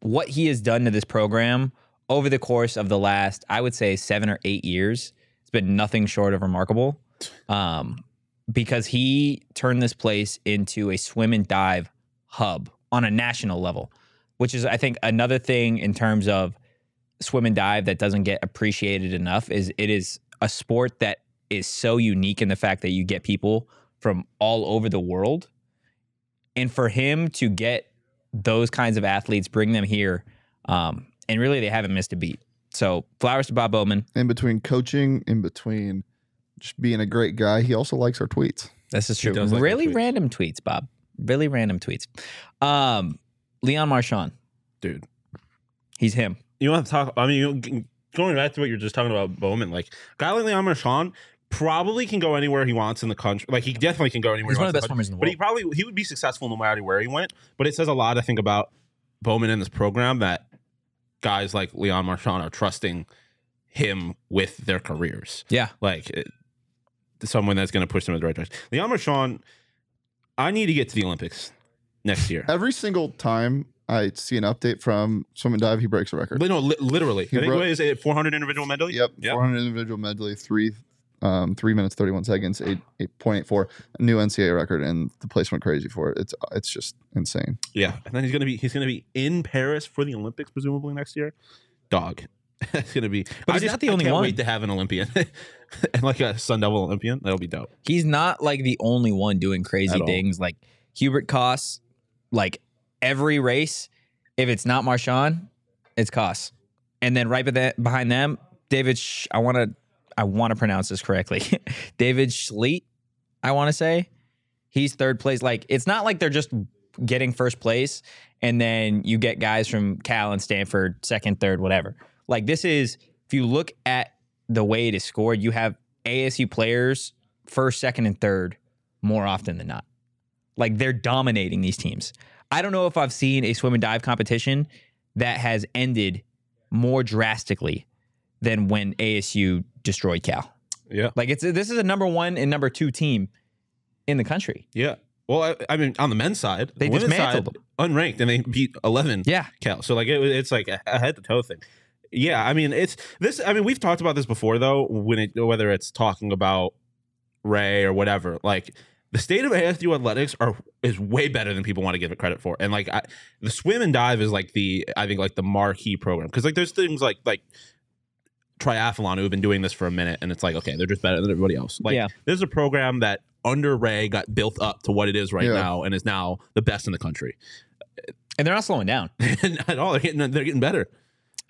S1: what he has done to this program over the course of the last, I would say, seven or eight years, it's been nothing short of remarkable. Um, because he turned this place into a swim and dive hub on a national level, which is, I think, another thing in terms of swim and dive that doesn't get appreciated enough is it is a sport that is so unique in the fact that you get people from all over the world. And for him to get those kinds of athletes, bring them here, um, and really they haven't missed a beat. So flowers to Bob Bowman.
S2: In between coaching, in between just being a great guy, he also likes our tweets.
S1: This is
S3: He
S1: true.
S3: does like the
S1: really
S3: tweets.
S1: random tweets, Bob. Really random tweets. Um, Leon Marchand,
S3: Dude.
S1: he's him.
S3: You want to talk? I mean, you- going back to what you were just talking about, Bowman, like, a guy like Leon Marchand probably can go anywhere he wants in the country. Like, he definitely can go anywhere
S1: He's
S3: he
S1: one of
S3: wants
S1: the
S3: in
S1: best swimmers in the
S3: But he
S1: world.
S3: probably he would be successful no matter where he went. But it says a lot, I think, about Bowman and this program that guys like Leon Marchand are trusting him with their careers.
S1: Yeah.
S3: Like it- someone that's going to push them in the right direction. Leon Marchand, I need to get to the Olympics next year.
S2: Every single time I see an update from swim and dive, he breaks a record.
S3: Li- No, li- literally.
S2: He
S3: I think
S2: wrote-
S3: what is it, 400 individual medley?
S2: Yep, 400 individual medley, three, um, three minutes 31 seconds, eight eight point eight four, new NCAA record, and the place went crazy for it. It's it's just insane.
S3: Yeah. And then he's going to be he's going to be in Paris for the Olympics presumably next year. Dog. That's going to be
S1: But
S3: I
S1: he's
S3: just-
S1: not the
S3: I
S1: only
S3: can't
S1: one.
S3: wait to have an Olympian. and like a Sun Devil Olympian, that'll be dope.
S1: he's not like the only one doing crazy
S3: At all.
S1: things. Like Hubert Koss, like every race, if it's not Marshawn, it's Koss. And then right be- behind them, David. Sh- I want to, I want to pronounce this correctly. David Schleet, I want to say, he's third place. Like it's not like they're just getting first place, and then you get guys from Cal and Stanford second, third, whatever. Like this is if you look at the way it is scored, you have ASU players first, second, and third more often than not. Like they're dominating these teams. I don't know if I've seen a swim and dive competition that has ended more drastically than when ASU destroyed Cal.
S3: Yeah.
S1: Like it's this is a number one and number two team in the country.
S3: Yeah. Well, I, I mean, on the men's side,
S1: They
S3: the women's
S1: dismantled
S3: side, unranked, and they beat eleven
S1: Yeah.
S3: Cal. So like, it, it's like a, a head to toe thing. Yeah, I mean it's this. I mean we've talked about this before though. When it whether it's talking about Ray or whatever, like the state of ASU athletics are is way better than people want to give it credit for. And like I, the swim and dive is like the I think like the marquee program because like there's things like like triathlon who've been doing this for a minute and it's like okay they're just better than everybody else. Like
S1: Yeah.
S3: there's a program that under Ray got built up to what it is right
S2: Yeah.
S3: now and is now the best in the country.
S1: And they're not slowing down.
S3: Not at all they're getting they're getting better.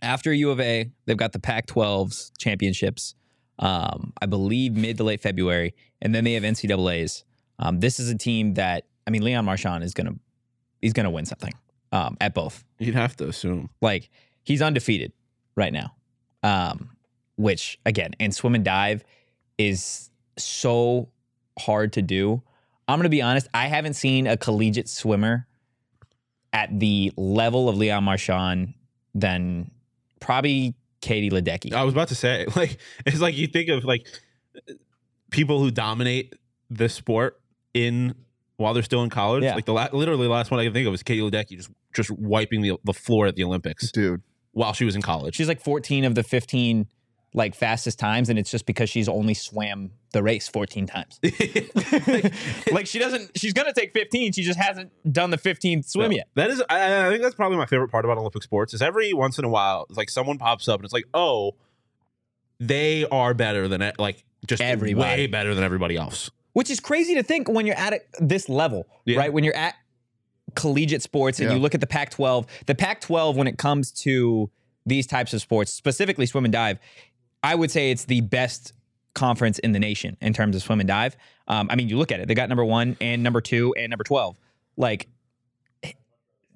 S1: After U of A, they've got the Pac 12s championships, um, I believe mid to late February. And then they have NCAAs. Um, this is a team that, I mean, Leon Marchand is going to, he's going to win something um, at both.
S3: You'd have to assume.
S1: Like he's undefeated right now. Um, which again, and swim and dive is so hard to do. I'm gonna be honest, I haven't seen a collegiate swimmer at the level of Leon Marchand than probably Katie Ledecky.
S3: I was about to say, like, it's like you think of like people who dominate this sport in while they're still in college.
S1: Yeah.
S3: Like the la- literally last one I can think of was Katie Ledecky just just wiping the the floor at the Olympics
S2: dude.
S3: while she was in college.
S1: She's like 14 of the 15 like fastest times, and it's just because she's only swam the race 14 times. like she doesn't, she's gonna take 15. She just hasn't done the 15th swim yet.
S3: That is, I, I think that's probably my favorite part about Olympic sports is every once in a while, it's like someone pops up and it's like, oh, they are better than e- like just
S1: Everybody.
S3: way better than everybody else.
S1: which is crazy to think when you're at a, this level,
S3: Yeah.
S1: right? When you're at collegiate sports and
S2: Yeah.
S1: you look at the Pac 12, the Pac 12, when it comes to these types of sports, specifically swim and dive, I would say it's the best conference in the nation in terms of swim and dive. Um, I mean, you look at it, they got number one and number two and number 12. Like, eh,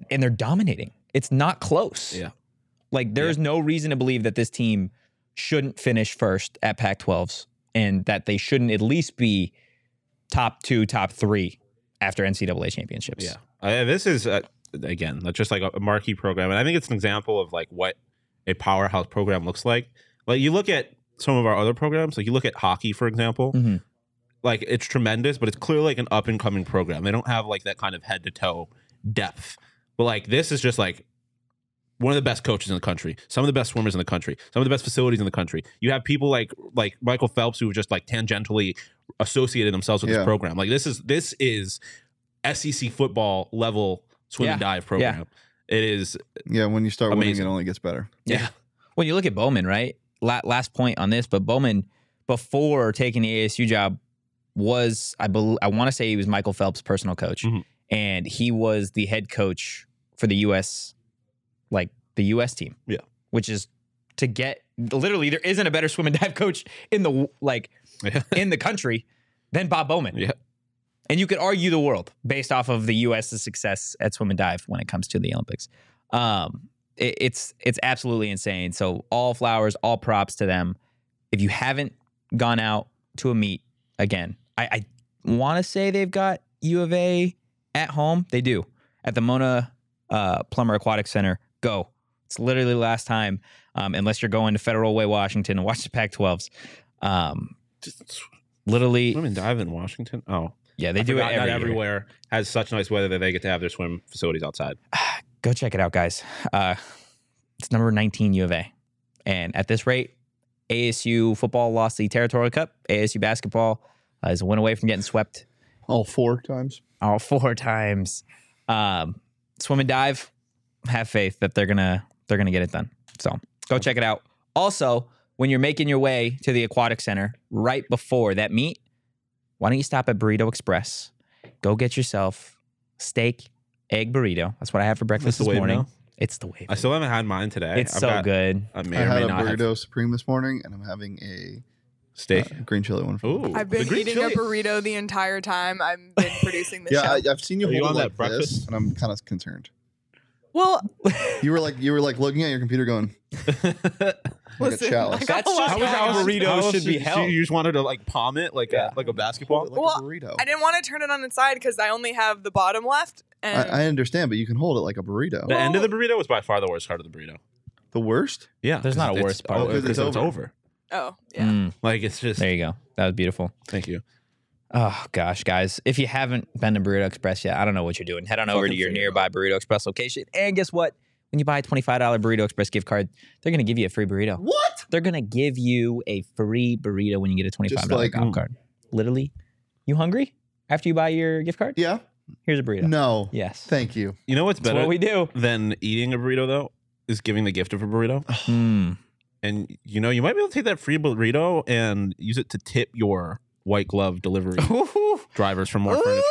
S1: and they're dominating. It's not close.
S3: Yeah.
S1: Like, there's no reason to believe that this team shouldn't finish first at Pac 12s and that they shouldn't at least be top two, top three after NCAA championships.
S3: Yeah, Uh, this is uh, again that's just like a a marquee program, and I think it's an example of like what a powerhouse program looks like. Like you look at some of our other programs, like you look at hockey, for example.
S1: Mhm.
S3: Like it's tremendous, but it's clearly like an up and coming program. They don't have like that kind of head to toe depth, but like this is just like one of the best coaches in the country, some of the best swimmers in the country, some of the best facilities in the country. You have people like like Michael Phelps who have just like tangentially associated themselves with
S2: Yeah.
S3: this program. Like this is this is SEC E football level swim and dive program. It is
S2: Yeah, when you start
S3: Amazing.
S2: winning, it only gets better.
S3: yeah.
S1: When you look at Bowman, right? La- last point on this, but Bowman, before taking the ASU job, was I bel I want to say he was Michael Phelps' personal coach,
S3: Mhm.
S1: and he was the head coach for the U.S. like the U.S. team.
S3: Yeah.
S1: which is to get literally there isn't a better swim and dive coach in the w- like
S3: Yeah.
S1: in the country than Bob Bowman.
S3: Yeah.
S1: And you could argue the world based off of the U.S.'s success at swim and dive when it comes to the Olympics. Um, it, it's it's absolutely insane. So all flowers, all props to them. If you haven't gone out to a meet again, I, I want to say they've got U of A at home. They do at the Mona uh, Plummer Aquatic Center. Go. It's literally the last time, um, unless you're going to Federal Way, Washington, and watch the Pac-12s. Um, literally,
S3: Women dive in Washington. Oh,
S1: yeah, they
S3: I
S1: do it
S3: forgot
S1: every
S3: not
S1: year.
S3: everywhere has such nice weather that they get to have their swim facilities outside.
S1: go check it out, guys. Uh, it's number 19 U of A. And at this rate, ASU football lost the Territorial Cup. ASU basketball uh, is one away from getting swept
S2: All Oh, four times.
S1: all four times. Um, swim and dive. Have faith that they're gonna they're gonna get it done. So go check it out. Also, when you're making your way to the aquatic center right before that meet, why don't you stop at Burrito Express? Go get yourself steak, egg burrito. That's what I had for breakfast
S3: That's
S1: this
S3: the wave
S1: morning.
S3: now?
S1: It's the wave.
S3: I still haven't had mine today.
S1: It's so
S3: got-
S1: good.
S3: I may
S2: I
S3: or
S2: had
S3: may
S2: a
S3: not have
S2: burrito supreme this morning, and I'm having a
S3: steak.
S2: uh, green chili one. for lunch.
S3: Ooh,
S4: I've
S3: the
S4: been
S3: green
S4: eating
S3: chili.
S4: a burrito the entire time I've been producing this
S2: Yeah,
S4: show.
S2: I, I've seen you
S3: Are
S2: hold
S3: you on
S2: it
S3: that
S2: like this,
S3: breakfast?
S2: and I'm kind of concerned.
S4: well,
S2: You were like, you were like looking at your computer, going like
S4: Listen,
S2: a chalice,
S4: got
S1: That's
S4: a
S1: just
S4: lot
S1: how
S4: of-
S1: our burritos
S3: else
S1: should be
S3: you-
S1: held.
S3: You just wanted to like palm it like
S1: Yeah.
S3: a like a basketball.
S2: like
S4: Well,
S2: a burrito.
S4: I didn't want to turn it on its side because I only have the bottom left. And
S2: I, I understand, but you can hold it like a burrito.
S3: The end of the burrito was by far the worst part of the burrito.
S2: The worst?
S3: Yeah,
S1: There's not a worse part
S2: of it.
S3: because it's over.
S4: oh, yeah.
S1: Mm,
S3: Like it's just.
S1: there you go. That was beautiful.
S3: Thank you.
S1: Oh gosh, guys! If you haven't been to Burrito Express yet, I don't know what you're doing. Head on over to
S3: Fucking
S1: your
S3: figure it
S1: nearby Burrito Express location, and guess what? When you buy a $25 Burrito Express gift card, they're going to give you a free burrito.
S2: What?
S1: They're going to give you a free burrito when you get a $25
S2: like-
S1: golf
S3: mm.
S1: card. Literally. You hungry after you buy your gift card?
S2: Yeah.
S1: Here's a burrito.
S2: No.
S1: Yes.
S2: Thank you.
S3: You know what's
S1: That's
S3: better
S1: what we do.
S3: than eating a burrito though is giving the gift of a burrito,
S1: Mm.
S3: and you know you might be able to take that free burrito and use it to tip your white glove delivery drivers for more furniture.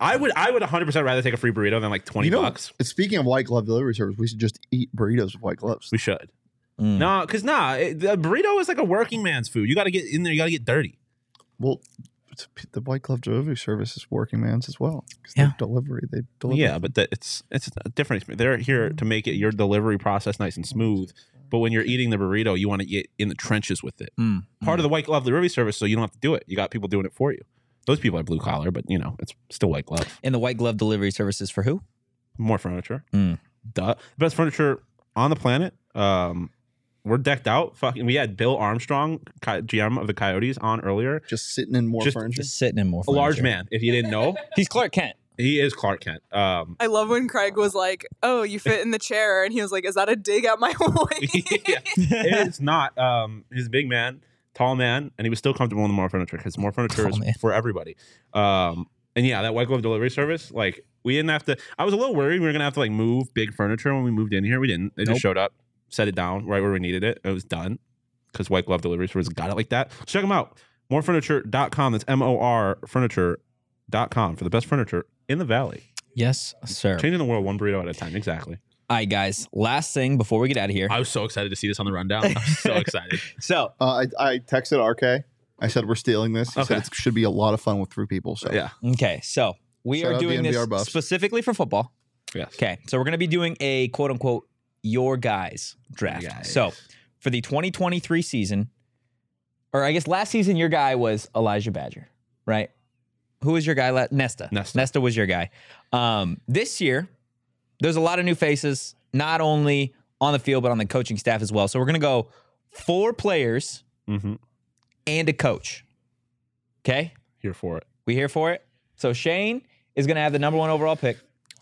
S3: I would I would 100 percent rather take a free burrito than like 20
S2: You know-
S3: bucks.
S2: Speaking of white glove delivery service, we should just eat burritos with white gloves.
S3: We should.
S2: Hmm.
S1: Mm.
S3: No, because nah, it, the burrito is like a working man's food. You got to get in there. You got to get dirty.
S2: Well, it's- the white glove delivery service is working man's as well. 'cause
S1: Yeah.
S2: They delivery. They deliver.
S3: Yeah, but that, it's it's a different. experience. They're here to make it your delivery process nice and smooth. But when you're eating the burrito, you want to get in the trenches with it.
S1: Mm.
S3: Part of the white glove delivery service, so you don't have to do it. You got people doing it for you. Those people are blue collar, but you know it's still white glove.
S1: And the white glove delivery services for who?
S3: More furniture.
S1: Mm.
S3: Duh. The best furniture on the planet. Um, we're decked out. Fucking, we had Bill Armstrong, Coy- GM of the Coyotes, on earlier.
S2: Just sitting in more
S3: Just-
S2: furniture.
S1: Just sitting in more.
S3: A large
S1: furniture.
S3: man, if you didn't know,
S1: He's Clark Kent.
S3: he is Clark Kent. Um,
S4: I love when Craig was like, "Oh, you fit in the chair," and he was like, "Is that a dig at my weight?"
S3: yeah, it's not. Um, he's a big man, tall man, and he was still comfortable in the more furniture because more furniture
S1: Tall
S3: is
S1: man.
S3: for everybody. Um, and yeah, that white glove delivery service, like we didn't have to. I was a little worried we were gonna have to like move big furniture when we moved in here. We didn't. It
S1: Nope.
S3: just showed up, set it down right where we needed it. It was done because white glove delivery service got it like that. So check them out. Morefurniture.com. That's M O R furniture.com for the best furniture in the valley.
S1: Yes, sir.
S3: Changing the world one burrito at a time. Exactly.
S1: All right, guys. Last thing before we get out of here.
S3: I was so excited to see this on the rundown. I'm so excited.
S1: So
S2: Uh, I, I texted RK. I said we're stealing this. He said
S3: Okay.
S2: it should be a lot of fun with three people. So
S3: yeah.
S1: okay, so we
S2: Shout
S1: are
S2: out
S1: doing
S2: the
S1: this
S2: NBR buffs.
S1: specifically for football.
S3: Yes.
S1: Okay, so we're gonna be doing a quote unquote your guys draft.
S3: Guys.
S1: So for the 2023 season, or I guess last season, your guy was Elijah Badger, right? Who was your guy? La- Nesta.
S3: Nesta.
S1: Nesta was your guy. Um, this year, there's a lot of new faces, not only on the field but on the coaching staff as well. So we're gonna go four players
S3: Mm-hmm.
S1: and a coach. Okay.
S3: Here for it.
S1: We here for it? So Shane is going to have the number one overall pick.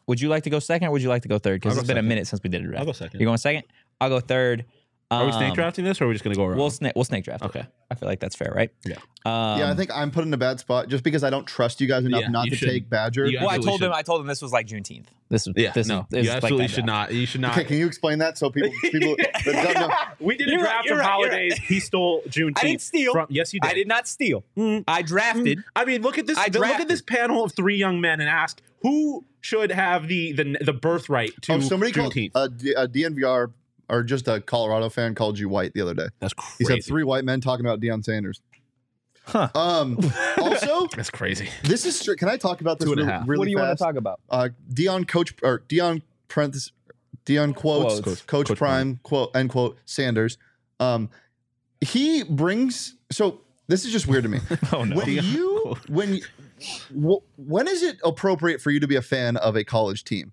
S1: Would you like to go second or would you like to go third? Because
S3: I'll
S1: it's
S3: go
S1: been a
S3: second.
S1: minute since we did a draft.
S3: I'll go second.
S1: You're going second? I'll go third.
S3: Are we snake
S1: Um,
S3: drafting this, or are we just gonna go around?
S1: We'll, sna- we'll snake draft. it.
S3: okay.
S1: I feel like that's fair, right?
S3: Yeah.
S1: Um,
S2: yeah. I think I'm put in a bad spot just because I don't trust you guys enough
S3: Yeah,
S2: not
S3: you
S2: to
S3: shouldn't.
S2: take Badger.
S3: You
S1: Well, I
S3: absolutely
S1: told him.
S3: should.
S1: I told him this was like Juneteenth. This was.
S3: Yeah.
S1: This
S3: no.
S1: Is, this
S3: you
S1: is like
S3: absolutely
S1: that
S3: should
S1: draft.
S3: not. You should not.
S2: Okay, can you explain that so people people that don't know-
S3: We did
S1: You're right, you're right, you're right.
S3: He stole Juneteenth.
S1: I didn't steal.
S3: From, yes, you did.
S1: I did not steal.
S3: Mm.
S1: I drafted.
S3: I mean, look at this.
S1: I
S3: look at
S1: drafted.
S3: this panel of three young men and ask who should have the the, the birthright to
S2: Oh, somebody called
S3: Juneteenth.
S2: a, D- a DNVR or just a Colorado fan called you white the other day.
S3: That's
S2: He
S3: crazy.
S2: said three white men talking about Deion Sanders.
S1: Huh.
S2: Um. Also,
S3: That's crazy.
S2: this is stri- can I talk about this
S3: Two and a
S2: really,
S3: half.
S2: really
S1: what do you want
S2: fast?
S1: to talk about?
S2: uh, Dion Coach or Dion parenthesis Dion quotes
S1: Quotes.
S2: Coach,
S3: Coach
S2: Prime quote end quote Sanders. Um, he brings so this is just weird to me.
S1: Oh no.
S2: When you when wh- when is it appropriate for you to be a fan of a college team?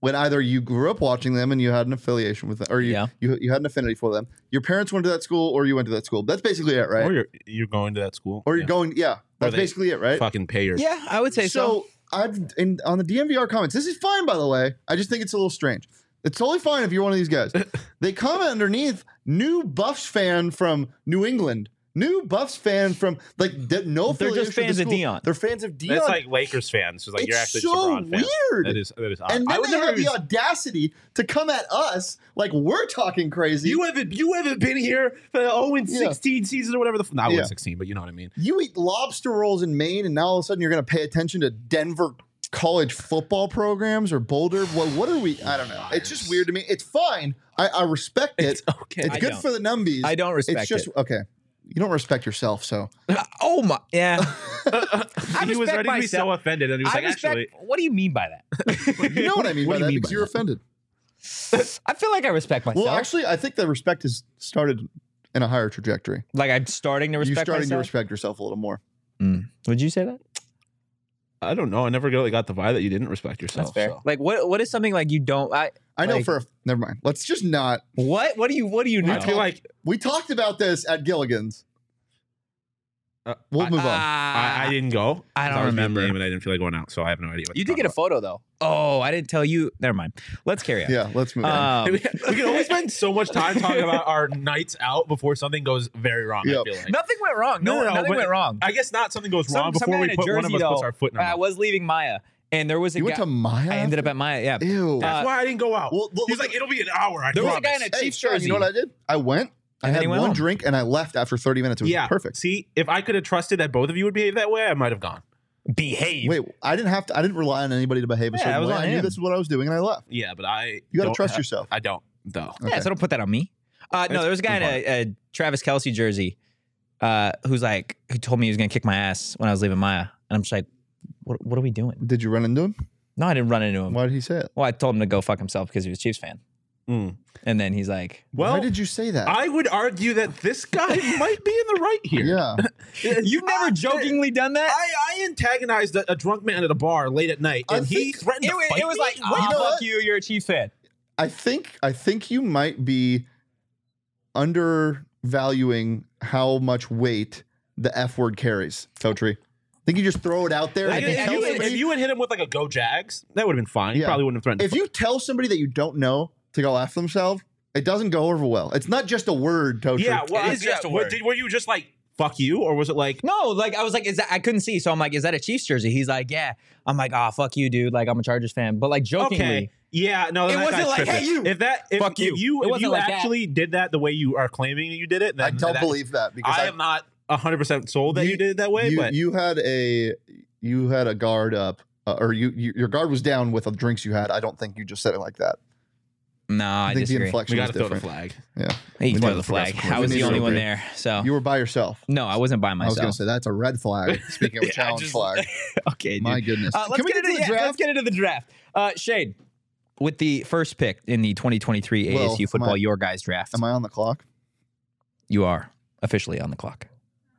S2: When either you grew up watching them and you had an affiliation with them, or you
S1: Yeah.
S2: you, you had an affinity for them, your parents went to that school, or you went to that school. That's basically it, right?
S3: Or you're you're going to that school.
S2: Or you're
S3: Yeah.
S2: going, yeah. That's
S3: they-
S2: basically it, right?
S3: Fucking pay your.
S1: Yeah, I would say so.
S2: so, I've in on the DMVR comments. This is fine, by the way. I just think it's a little strange. It's totally fine if you're one of these guys. they comment underneath new Buffs fan from New England. New Buffs fan from like that. No,
S1: They're just
S2: affiliation with
S1: fans
S2: the
S1: of
S2: school.
S1: Deion.
S2: They're fans of Dion.
S3: That's like Lakers fans. It's like you're actually just a Bron fan.
S2: weird.
S3: That is that is. Odd.
S2: and
S3: I
S2: then
S3: would
S2: they
S3: never
S2: have the
S3: even-
S2: audacity to come at us like we're talking crazy.
S3: You
S2: You,
S3: haven't you haven't been here for oh, the 0 and
S2: Yeah.
S3: 16 season or whatever the f- not 0
S2: Yeah.
S3: 16, but you know what I mean.
S2: eat lobster rolls in Maine, and now all of a sudden you're going to pay attention to Denver college football programs or Boulder. What? What are we? I don't know. It's just weird to me. It's fine. I, I respect it. It's,
S3: okay.
S1: I
S2: good
S1: don't.
S2: for the numbies.
S1: I don't respect
S2: It's just
S1: it.
S2: okay. You don't respect yourself, so
S1: Oh my. Yeah. I
S3: he was
S1: respect
S3: ready to be so
S1: myself.
S3: offended, and he was
S1: I
S3: like,
S1: respect.
S3: actually,
S1: What do you mean by that?
S2: you know what I mean
S1: What do
S2: by
S1: you
S2: that
S1: mean
S2: because
S1: by
S2: you're
S1: that?
S2: offended.
S1: I feel like I respect myself.
S2: Well, actually, I think the respect has started in a higher trajectory.
S1: like I'm starting to
S2: You're
S1: respect
S2: starting to
S1: myself.
S2: respect yourself a little more.
S1: Would you say that?
S3: I don't know. I never really got the vibe that you didn't respect yourself. so.
S1: Like what what is something like you don't I
S2: I know
S1: Like-
S2: for a, never mind. Let's just not.
S1: what what do you what do you
S3: I
S1: not
S3: feel like
S2: We talked about this at Gilligan's.
S3: Uh,
S2: We'll
S3: I,
S2: move on.
S3: I, I
S1: Ah,
S3: didn't go.
S1: I don't
S3: That was my
S1: remember.
S3: name And I didn't feel like going out, so I have no idea. What
S1: you
S3: to
S1: did
S3: talk
S1: get a photo though. Oh, I didn't tell you. Never mind. Let's carry on.
S2: Yeah, let's move on.
S3: about.
S1: Um,
S3: we can always spend so much time talking about our nights out before something goes very wrong. I
S2: Yep.
S3: feel like.
S1: nothing went wrong. No,
S3: No, no, no,
S1: nothing
S3: but-
S1: went wrong.
S3: I guess not. Something goes
S1: Some-
S3: wrong
S1: some
S3: before
S1: guy
S3: we
S1: in
S3: put one of
S1: Jersey,
S3: us puts
S1: though, uh,
S3: our foot in. Our
S1: I
S3: mouth.
S1: was leaving Maya, and there was a
S2: you
S1: guy.
S2: went to Maya.
S1: I ended up
S2: after?
S1: at Maya. Yeah.
S2: Ew.
S1: Uh,
S3: That's why I didn't go out.
S2: Well, well,
S3: He's
S2: look-
S3: like, it'll be an hour. I
S1: There was a guy
S3: promise."
S1: in a
S2: hey,
S1: Chiefs
S2: Sharon,
S1: jersey.
S2: you know what I did? I went. I
S1: And then
S2: had
S1: he
S2: one
S1: went home.
S2: drink and I left after 30 minutes. It was
S3: yeah,
S2: perfect.
S3: See, if I could have trusted that both of you would behave that way, I might have gone.
S1: Behave.
S2: Wait, I didn't have to. I didn't rely on anybody to behave a
S1: Yeah,
S2: certain
S1: I was
S2: way.
S1: on
S2: I knew
S1: him.
S2: this is what I was doing, and I left.
S3: Yeah, but I
S2: You got to
S3: don't
S2: trust
S3: ha-
S2: yourself.
S3: I don't though.
S1: Yeah, so don't put that on me. Uh, no,
S3: That's
S1: there was a guy in a, a Travis Kelsey jersey uh, who's like, who told me he was gonna kick my ass when I was leaving Maya, and I'm just like, what, what are we doing?
S2: Did you run into him?
S1: No, I didn't run into him.
S2: Why did he say it?
S1: Well, I told him to go fuck himself because he was a Chiefs fan,
S3: Mm.
S1: and then he's like,
S3: Well,
S2: Why did you say that?
S3: I would argue that this guy might be in the right here.
S2: yeah.
S1: "You've never jokingly done that."
S3: I, I antagonized a, a drunk man at a bar late at night,
S2: I
S3: and he
S2: think-
S3: threatened
S1: it
S3: to
S1: was,
S3: fight
S1: it was
S3: me?
S1: like,
S3: What?
S1: "Ah,
S2: know
S1: fuck
S2: what?
S1: you, you're a Chiefs fan.
S2: I think I think you might be undervaluing how much weight the F word carries, Totri. I think you just throw it out there.
S3: Like,
S1: I
S2: and
S1: think-
S3: if,
S2: tell
S3: you,
S1: Kelsey-
S3: had- if
S2: somebody-
S3: you had hit him with like a go Jags, that would have been fine. He
S2: Yeah.
S3: probably wouldn't have threatened.
S2: if you tell somebody that you don't know to go F themselves, it doesn't go over well. It's not just a word, Totri.
S3: yeah, well,
S1: is just a
S3: what-
S1: word.
S3: did- were you just like fuck you, or was it like
S1: No, like I was like, is that I couldn't see, so I'm like, is that a Chiefs jersey? He's like, yeah. I'm like, ah, fuck you, dude. Like I'm a Chargers fan, but like jokingly.
S3: Okay. Yeah, no,
S1: It
S3: that
S1: wasn't
S3: guy's
S1: like,
S3: tripping.
S1: "Hey, you,
S3: If that, if,
S1: fuck you."
S3: if you,
S1: It
S3: if
S1: wasn't
S3: you
S1: like that.
S3: actually did that the way you are claiming that you did it, then
S2: I don't
S3: that-
S2: believe that because
S3: I am not hundred percent sold that you,
S2: You-
S3: did it that way.
S2: you,
S3: but
S2: you had a you had a guard up, uh, or you, you your guard was down with the drinks you had. I don't think you just said it like that.
S1: No, I,
S2: think the
S1: disagree.
S2: inflection
S3: we
S2: was
S3: got to throw the
S2: different.
S3: flag.
S2: Yeah,
S1: He
S2: We
S1: threw
S2: need
S1: the
S2: to
S1: flag.
S2: progress.
S1: I
S2: We
S1: was
S2: need
S1: the
S2: to
S1: only one
S2: agree.
S1: there. So
S2: you were by yourself.
S1: no, I wasn't by
S2: I was
S1: myself.
S2: going to say that's a red flag. Speaking of a
S3: Yeah, I
S2: challenge
S3: just-
S2: flag,
S1: okay, dude.
S2: my goodness.
S1: Uh, let's,
S2: Can we
S1: get into
S2: to
S1: the, yeah, let's get into the draft. Uh, Shade, with the first pick in the 2023
S2: Well,
S1: ASU football
S2: am I-
S1: your guys draft,
S2: Am I on the clock?
S1: you are officially on the clock.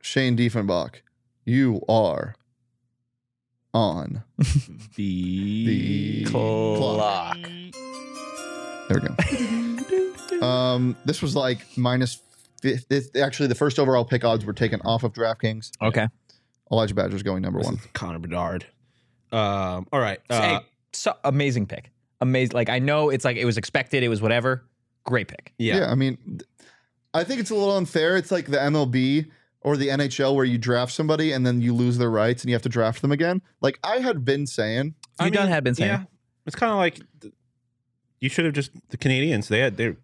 S2: Shane Diefenbach, you are on the
S1: Clock.
S2: There we go. um, this was like minus. fif- This, actually, the first overall pick odds were taken off of DraftKings.
S1: Okay.
S2: Elijah Badger's going number
S3: This
S2: one.
S3: is Connor Bedard. Um, all right. Uh,
S1: hey, so amazing pick. Amazing. Like I know it's like it was expected. It was whatever. Great pick.
S3: yeah.
S2: I mean, th- I think it's a little unfair. It's like the MLB or the NHL where you draft somebody and then you lose their rights and you have to draft them again. Like I had been saying,
S3: I
S1: You done
S3: mean,
S1: had been saying.
S3: Yeah. It's kind of like th- you should have just the Canadians. They had they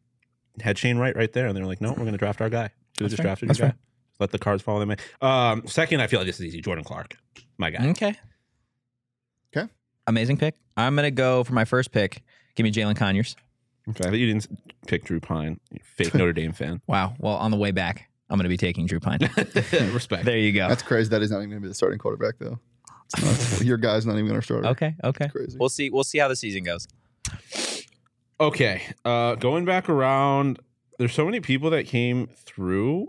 S3: had Shane Wright right there, and they were like, no, we're going to draft our guy. Should have just
S1: fair.
S3: drafted
S1: That's
S3: your guy. Let the cards follow them. Um, second, I feel like this is easy. Jordan Clark, my guy.
S1: Okay.
S2: Okay.
S1: Amazing pick. I'm gonna go for my first pick. Give me Jalen Conyers.
S3: Okay, but you didn't pick Drew Pine, you fake Notre Dame fan.
S1: Wow. Well, on the way back, I'm gonna be taking Drew Pine.
S3: Respect.
S1: there you go.
S2: that's crazy. That he's not even going to be the starting quarterback though. It's not- your guy's not even going to start.
S1: Okay. Okay.
S2: Crazy.
S1: We'll see. We'll see how the season goes.
S3: Okay, uh, going back around, there's so many people that came through.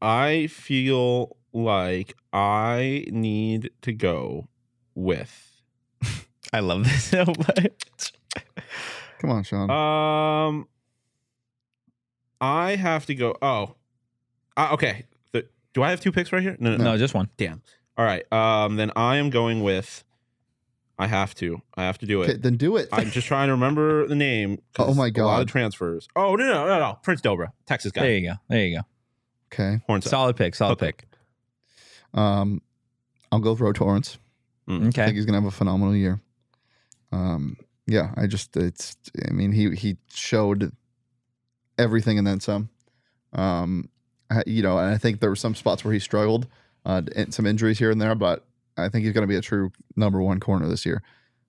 S3: I feel like I need to go with
S1: I love this so much.
S2: Come on, Sean.
S3: um. I have to go. Oh, uh, okay. The- do I have two picks right here? No, no,
S1: No, just one.
S3: Damn. All right. Um. Then I am going with. I have to. I have to do it.
S2: okay, then do it.
S3: I'm just trying to remember the name. 'cause
S2: Oh
S3: A
S2: my
S3: lot
S2: God.
S3: of transfers. Oh no no no no! Prince Dobra, Texas guy.
S1: There you go. There you go.
S2: okay.
S3: Horns up.
S1: Solid pick. Solid
S3: Okay.
S1: pick.
S2: Um, I'll go with Roe Torrance. I think
S1: Okay.
S2: he's going to have a phenomenal year. Um, yeah, I just it's I mean he he showed everything and then some. Um, I- you know, and I think there were some spots where he struggled, uh, and some injuries here and there, but I think he's going to be a true number one corner this year.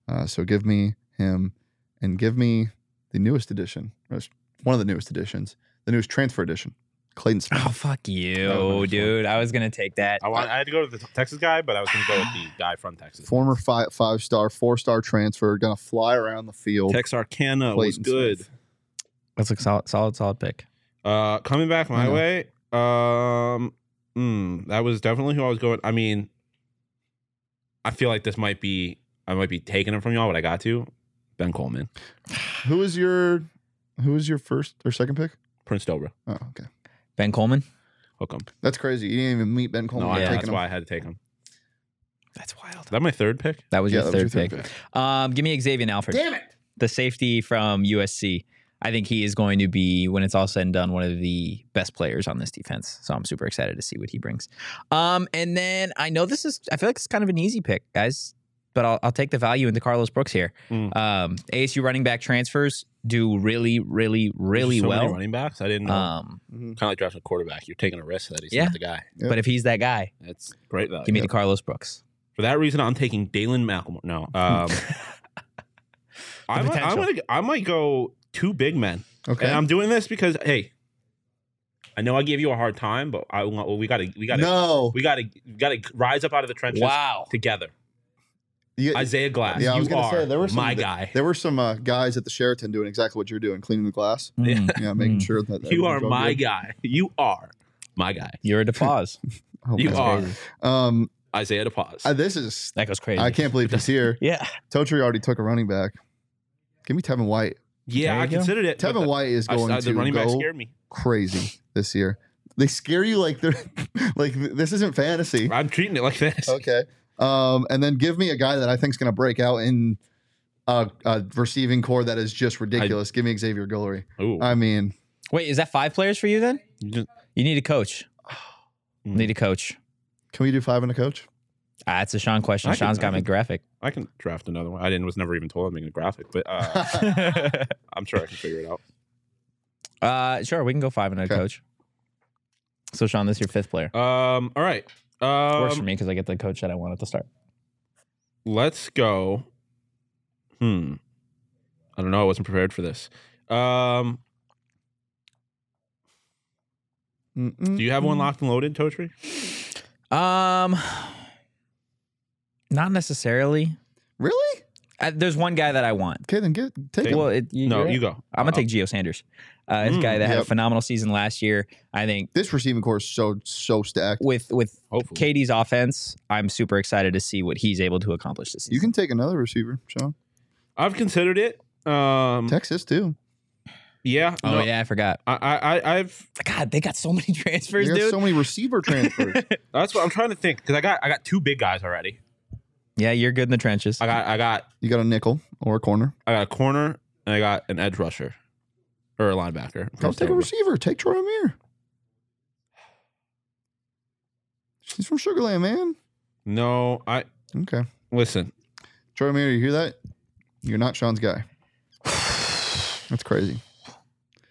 S2: Uh, so give me him, and give me the newest edition, or s- one of the newest editions, the newest transfer edition, Clayton Smith.
S1: Oh fuck
S2: That was my
S1: you,
S2: first
S1: dude. I was gonna take that.
S3: I want. I had to go to the Texas guy, but I was going to go with the guy from Texas.
S2: Former five five star, four star transfer, going to fly around the field.
S3: Texarkana was
S2: Clayton
S3: good.
S2: Smith.
S1: That's a solid, solid, solid pick.
S3: Uh, coming back
S2: I
S3: my
S2: know.
S3: way. Um, mm, that was definitely who I was going. I mean, I feel like this might be. I might be taking him from y'all, but I got to. Ben Coleman,
S2: Who was your who was your first or second pick?
S3: Prince Dobra.
S2: Oh, okay.
S1: Ben Coleman.
S3: Hook 'em.
S2: That's crazy. You didn't even meet Ben Coleman.
S3: No, I
S2: You're
S1: taking
S3: know. That's
S2: Oh, him.
S3: why I had to take him.
S1: That's wild.
S3: Is that my third pick?
S1: That was
S2: Yeah,
S1: your
S2: that was
S1: third
S2: your third
S1: pick. Um, give me Xavier Alford.
S2: Damn it!
S1: the safety from USC. I think he is going to be, when it's all said and done, one of the best players on this defense. So I'm super excited to see what he brings. Um, and then I know this is, I feel like it's kind of an easy pick, guys, but I'll, I'll take the value into Carlos Brooks here.
S3: Mm.
S1: Um, ASU running back transfers do really, really, really
S3: so many
S1: well.
S3: running backs. I didn't. know.
S1: Um,
S2: Mhm.
S3: kind of like drafting a quarterback. You're taking a risk that he's
S1: Yeah.
S3: not the guy.
S2: Yep.
S1: But if he's that guy,
S3: That's great value.
S1: give me the Carlos Brooks.
S3: For that reason, I'm taking Dalen Malcolm. No, um, I, might, I,
S1: potential.
S3: might, I might go two big men,
S2: Okay.
S3: and I'm doing this because hey, I know I gave you a hard time, but I want well, we got to we got to
S2: no.
S3: we got to got to rise up out of the trenches
S1: Wow.
S3: together.
S2: You-
S3: Isaiah Glass,
S2: yeah, I was
S3: you
S2: gonna
S3: are
S2: say there were some
S3: my
S2: that-
S3: guy.
S2: There were some uh, guys at the Sheraton doing exactly what you're doing, cleaning the glass.
S1: Mm,
S2: Yeah, making sure that
S3: You are
S2: everything's all
S3: my
S2: good.
S3: guy. You are my guy.
S1: You're a DePause.
S2: Oh,
S3: You
S2: my
S3: are
S2: God. Um,
S3: Isaiah DePaz.
S2: uh, this is.
S1: that goes crazy.
S2: I can't believe he's here.
S1: yeah.
S2: Totri already took a running back. Give me Tevin White.
S3: yeah,
S1: There
S3: I
S1: you go.
S3: considered it. but
S2: Tevin
S3: the-
S2: White is
S3: I-
S2: going
S3: I- the
S2: to
S3: running back
S2: go
S3: scared me.
S2: crazy this year. They scare you like they're like this isn't fantasy.
S3: I'm treating it like this.
S2: Okay. Um, and then give me a guy that I think's going to break out in a, a receiving core that is just ridiculous. give me Xavier Guillory.
S3: Ooh.
S2: I mean,
S1: Wait, is that five players for you then?
S3: You just-
S1: You need a coach.
S3: Mm.
S1: Need a coach.
S2: can we do five and a coach?
S1: Ah, that's a Sean question.
S3: I can-
S1: Sean's
S3: I
S1: got my
S3: can-
S1: graphic.
S3: I can draft another one. I didn't was never even told I'm making a graphic, but uh, I'm sure I can figure it out.
S1: Uh, sure, we can go five and a
S2: Okay.
S1: coach. So Sean, this is your fifth player.
S3: Um, all right.
S1: Works for
S3: Um,
S1: me because I get the coach that I want at the start.
S3: let's go. Hmm. I don't know. I wasn't prepared for this. Um, do you have
S2: Mm-hmm.
S3: one locked and loaded, Totri?
S1: Um, not necessarily.
S2: Really?
S1: I, there's one guy that I want.
S2: Okay, then get take him.
S1: Well, it, you,
S3: No,
S1: you're
S3: you
S1: right.
S3: go.
S1: I'm gonna
S3: Uh,
S1: take Geo Sanders. Uh, this
S3: Mm,
S1: guy that had a
S2: yep.
S1: phenomenal season last year. I think
S2: This receiving core is so so stacked.
S1: with with
S3: Hopefully.
S1: Katie's offense, I'm super excited to see what he's able to accomplish this season.
S2: You can take another receiver, Sean.
S3: I've considered it. Um,
S2: Texas too.
S3: yeah.
S1: oh
S3: no,
S1: yeah, I forgot.
S3: I, I, I, I've.
S1: God, they got so many transfers,
S2: There's
S1: dude.
S2: so many receiver transfers.
S3: That's what I'm trying to think because I got, I got two big guys already.
S1: yeah, you're good in the trenches.
S3: I got, I got,
S2: you got a nickel or a corner.
S3: I got a corner and I got an edge rusher or a linebacker.
S2: Don't take a receiver. Take Troy Amir. He's from Sugarland, man.
S3: No, I
S2: Okay.
S3: listen.
S2: Troy Amir, you hear that? You're not Sean's guy. That's crazy.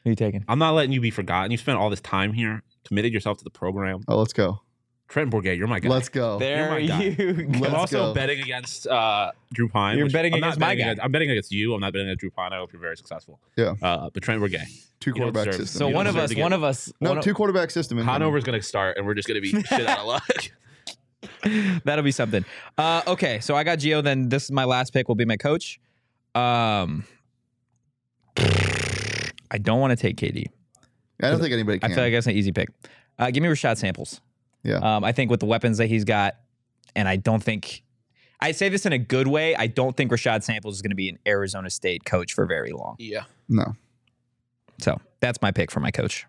S1: Who you taking?
S3: I'm not letting you be forgotten. You spent all this time here, committed yourself to the program.
S2: Oh, let's go.
S3: Trent Bourget, you're my guy.
S2: Let's go.
S3: my guy.
S1: you
S3: I'm
S2: Let's
S3: also
S2: go.
S3: betting against uh, Drew Pine.
S1: You're
S3: which
S1: betting
S3: I'm not
S1: against my guy.
S3: I'm betting against you. I'm not betting against Drew Pine. I hope you're very successful.
S2: Yeah.
S3: Uh, but Trent Bourget.
S2: Two
S3: You don't
S2: quarterback
S3: deserve it.
S2: system.
S1: So
S3: You
S1: one
S3: don't
S1: of
S3: deserve
S1: us,
S3: to get
S1: one
S3: it.
S1: of us,
S2: no,
S1: one of-
S2: two quarterback system. in
S3: Hanover's going to start, and we're just going to be shit out of luck.
S1: That'll be something. Uh, okay, so I got Gio. Then this is my last pick. Will be my coach. Um, I don't want to take KD.
S2: I don't think anybody
S1: I
S2: can.
S1: feel like that's an easy pick. Uh, give me Rashad Samples.
S2: Yeah.
S1: Um, I think with the weapons that he's got, and I don't think I say this in a good way. I don't think Rashad Samples is going to be an Arizona State coach for very long.
S3: yeah.
S2: no.
S1: So that's my pick for my coach.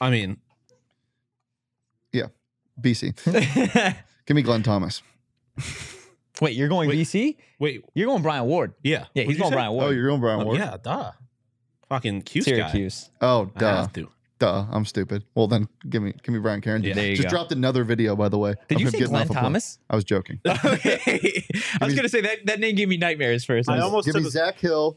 S3: I mean,
S2: BC. Give me Glenn Thomas.
S1: Wait, you're going
S3: Wait.
S1: BC?
S3: wait.
S1: You're going Brian Ward?
S3: Yeah.
S1: Yeah, he's
S3: What'd you
S1: going
S3: say?
S1: Brian Ward.
S2: Oh, you're going Brian Ward?
S3: Oh, yeah, duh. Fucking Cuse guy.
S1: Syracuse.
S2: Oh,
S3: I
S2: duh.
S3: have to.
S2: Duh. I'm stupid. Well, then give me give me Brian Karen.
S3: Yeah.
S1: There you
S2: Just
S1: go.
S2: dropped another video, by the way.
S1: Did
S2: of
S1: you
S2: him
S1: say
S2: getting
S1: Glenn
S2: off a plane.
S1: Thomas?
S2: I was joking.
S1: okay. I was
S2: me-
S1: gonna say that that name gave me nightmares for a
S3: I
S1: second.
S3: almost
S2: Give
S3: took
S2: me
S3: a-
S2: Zach Hill,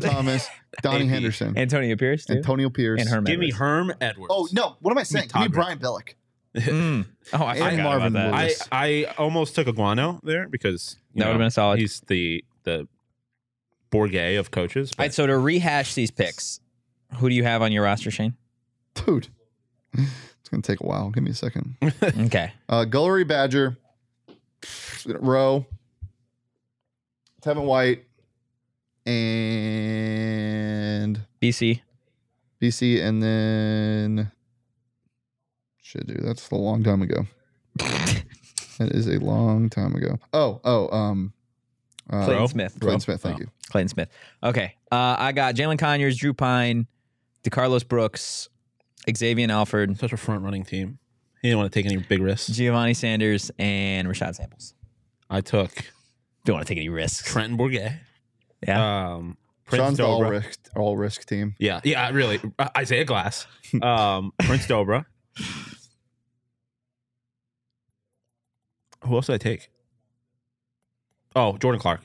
S2: Thomas, Donnie
S3: AP.
S2: Henderson,
S1: Antonio Pierce too.
S2: Antonio Pierce,
S1: and Herm.
S3: Give me
S1: Edwards.
S3: Herm Edwards.
S2: Oh no! What am I saying? Give me
S3: Todd
S2: Brian Bellick.
S1: Mm. Oh, I
S2: And
S1: forgot
S2: Marvin
S1: about that.
S2: Lewis.
S3: I,
S2: Yes.
S3: I almost took Iguano there because you
S1: That would've
S3: know,
S1: been a solid.
S3: He's the the Bourget of coaches.
S1: All
S3: but
S1: right, so to rehash these picks, who do you have on your roster, Shane?
S2: Dude, it's gonna take a while. Give me a second.
S1: Okay.
S2: Uh, Gullery Badger, Rowe, Tevin White, and
S1: BC.
S2: BC, and then shit, dude, that's a long time ago. that is a long time ago. Oh, oh, um, uh,
S1: Clayton
S3: Bro.
S1: Smith.
S2: Clayton Smith. Thank
S3: Oh.
S2: you.
S1: Clayton Smith. Okay. Uh, I got Jalen Conyers, Drew Pine, DeCarlos Brooks, Xavier Alford,
S3: such a front running team. He didn't want to take any big risks.
S1: Giovanni Sanders and Rashad Samples.
S3: I took
S1: Don't want to take any risks.
S3: Trenton Bourget.
S1: Yeah.
S3: Um, Prince
S2: Sean's the all
S3: Dobra.
S2: risk, all risk team.
S3: Yeah, yeah, really. Uh, Isaiah Glass, um, Prince Dobra. Who else did I take? Oh, Jordan Clark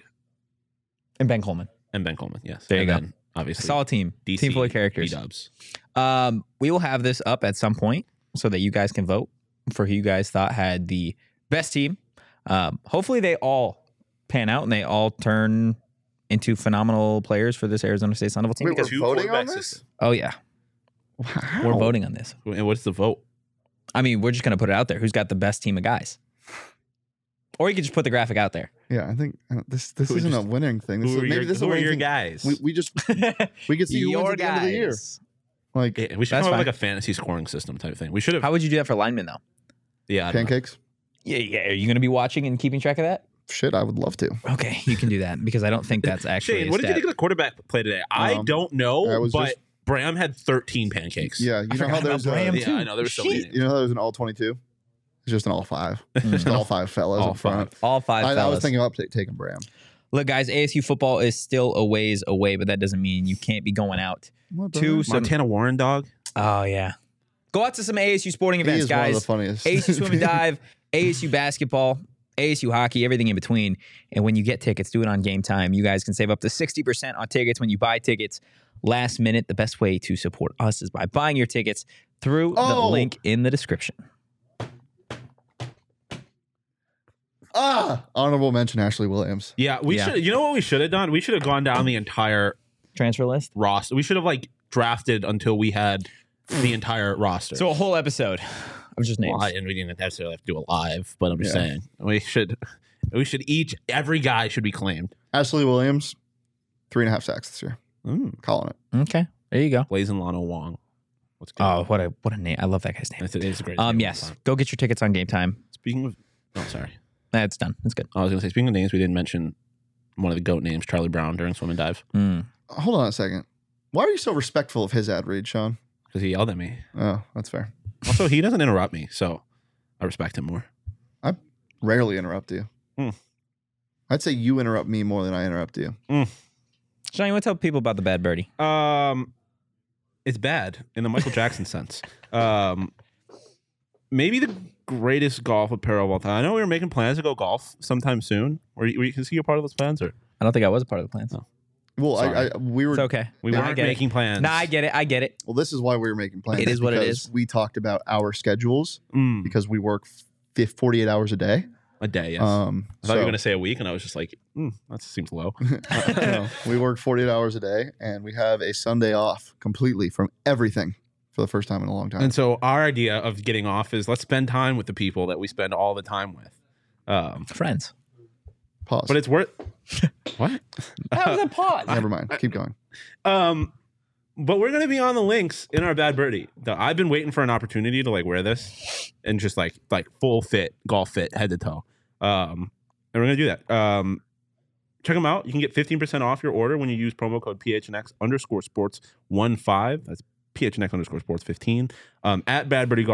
S1: And Ben Coleman.
S3: and Ben Coleman. Yes,
S1: There you
S3: and
S1: go.
S3: Then, obviously,
S1: Solid team. team full of characters.
S3: Dubs.
S1: Um, we will have this up at some point so that you guys can vote for who you guys thought had the best team. Um, hopefully, they all pan out and they all turn into phenomenal players for this Arizona State Sun Devil team.
S2: Wait,
S1: because,
S2: we're voting on this?
S1: oh yeah,
S2: Wow.
S1: we're voting on this.
S3: And what's the vote?
S1: I mean, we're just gonna put it out there. Who's got the best team of guys? Or you could just put the graphic out there.
S2: Yeah, I think uh, this this
S3: Who are
S2: isn't a
S3: just-
S2: winning thing. This
S3: Who
S2: is,
S3: are
S2: maybe
S3: your,
S2: this
S3: who
S2: is a
S3: are
S2: winning
S3: your
S2: thing.
S3: guys?
S2: We, we just we could see who wins
S1: Your
S2: at the end of the year.
S1: guys.
S2: Like
S3: Yeah, we should
S1: That's
S3: come up
S1: fine.
S3: with like a fantasy scoring system type thing. We should have.
S1: How would you do that for linemen though?
S3: yeah, I don't know.
S2: pancakes.
S1: Yeah, yeah. Are you gonna be watching and keeping track of that?
S2: Shit, I would love to.
S1: Okay, you can do that because I don't think that's actually.
S3: Shane,
S1: a
S3: what did you
S1: stat.
S3: think of the quarterback play today? I
S2: Um,
S3: don't know,
S2: I was
S3: but
S2: just-
S3: Bram had 13 pancakes.
S2: Yeah, you know how
S1: forgot about
S2: there's a,
S1: Bram.
S3: yeah, I know. There was so many.
S2: you know how there's an all twenty two. It's just an all five. Just an all five fellas
S3: All
S2: up front.
S1: Mm. All five.
S2: I, I was
S1: fellas.
S2: thinking about ta- taking Bram.
S1: Look, guys, ASU football is still a ways away, but that doesn't mean you can't be going out to some.
S3: Montana Warren dog.
S1: Oh yeah, go out to some ASU sporting
S2: He
S1: events,
S2: is one of the
S1: guys.
S2: funniest.
S1: ASU swim and dive, ASU basketball, ASU hockey, everything in between. And when you get tickets, do it on game time. You guys can save up to 60% on tickets when you buy tickets last minute. The best way to support us is by buying your tickets through the
S2: Oh.
S1: link in the description.
S2: ah, honorable mention Ashley Williams.
S3: Yeah, we
S1: Yeah.
S3: should. You know what we should have done? We should have gone down the entire
S1: Transfer list.
S3: roster. We should have like drafted until we had the entire roster.
S1: So a whole episode of just names.
S3: Well, I- and we didn't necessarily have to do it live, but I'm just
S2: Yeah.
S3: saying we should. We should each. Every guy should be claimed.
S2: Ashley Williams, three and a half sacks this year.
S1: Mm.
S2: Calling it.
S1: Okay. There you go.
S3: Blazing Lano Wong. What's good?
S1: Oh, what a what a name. I love that guy's name.
S3: That's- it is a great.
S1: Um,
S3: name.
S1: yes. Go get your tickets on game time.
S3: Speaking of, oh sorry,
S1: That's done. That's good.
S3: I was gonna say speaking of names, we didn't mention one of the goat names, Charlie Brown, during swim and dive
S1: Mm.
S2: Hold on a second. Why are you so respectful of his ad read, Sean?
S3: because he yelled at me.
S2: Oh, that's fair.
S3: Also, he doesn't interrupt me, so I respect him more.
S2: Rarely interrupt you.
S3: Hmm.
S2: I'd say you interrupt me more than I interrupt you.
S1: Sean, you want to tell people about the bad birdie?
S3: Um, it's bad in the Michael Jackson sense. Um, maybe the greatest golf apparel of all time. I know we were making plans to go golf sometime soon. Were you, were you, is he a part of those plans or
S1: I don't think I was a part of the plans.
S3: No.
S2: Well, I,
S3: Sorry.
S2: I we were
S1: It's okay.
S3: we
S1: No, I
S3: weren't
S1: get it.
S3: making plans?
S1: Nah, I get it. I get it.
S2: well. This is why we were making plans.
S1: It is what it
S2: because
S1: is.
S2: We talked about our schedules
S3: Mm,
S2: because we work fif- forty-eight hours a day.
S3: a day. Yes.
S2: Um,
S3: I thought you
S2: so-
S3: were gonna say a week, and I was just like, mm, that seems low.
S2: No, we work 48 hours a day and we have a Sunday off completely from everything for the first time in a long time.
S3: and so our idea of getting off is let's spend time with the people that we spend all the time with. Um,
S1: Friends.
S2: Pause.
S3: but it's worth what?
S1: That was a pause.
S2: Never mind. Keep going.
S3: Um, but we're gonna be on the links in our bad birdie. The- I've been waiting for an opportunity to like wear this and just like like full fit golf fit head to toe. Um, and we're gonna do that. Um, check them out. You can get fifteen percent off your order when you use promo code PHNX underscore sports one five. That's PHNX underscore sports fifteen. Um, at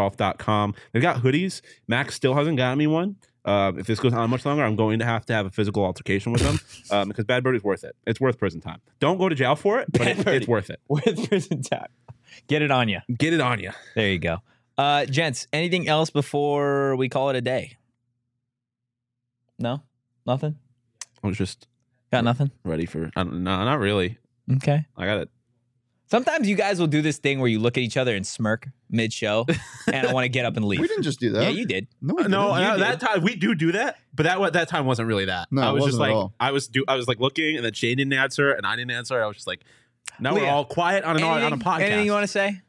S3: badbirdiegolf.com. They've got hoodies. Max still hasn't gotten me one. Um, if this goes on much longer, I'm going to have to have a physical altercation with them um, because Bad Birdie's worth it. It's worth prison time. Don't go to jail for it, but
S1: Bad
S3: it,
S1: Birdie.
S3: it's worth it.
S1: With prison time. Get it on you.
S3: Get it on you.
S1: There you go. Uh, gents, anything else before we call it a day? No? Nothing?
S3: I was just
S1: Got nothing?
S3: ready for. I don't, no, not really.
S1: Okay.
S3: I got it.
S1: Sometimes you guys will do this thing where you look at each other and smirk mid show, and I want to get up and leave.
S2: We didn't just do that.
S1: yeah, you did.
S2: No, we
S3: Uh, No,
S2: didn't.
S3: I- that time we do do that, but that wa- that time wasn't really that.
S2: No,
S3: I
S2: it
S3: was just
S2: wasn't at
S3: like
S2: all.
S3: I was do I was like looking, and then Shane didn't answer, and I didn't answer. I was just like, now we're
S1: Leah,
S3: all quiet on an on a podcast.
S1: anything you want to say?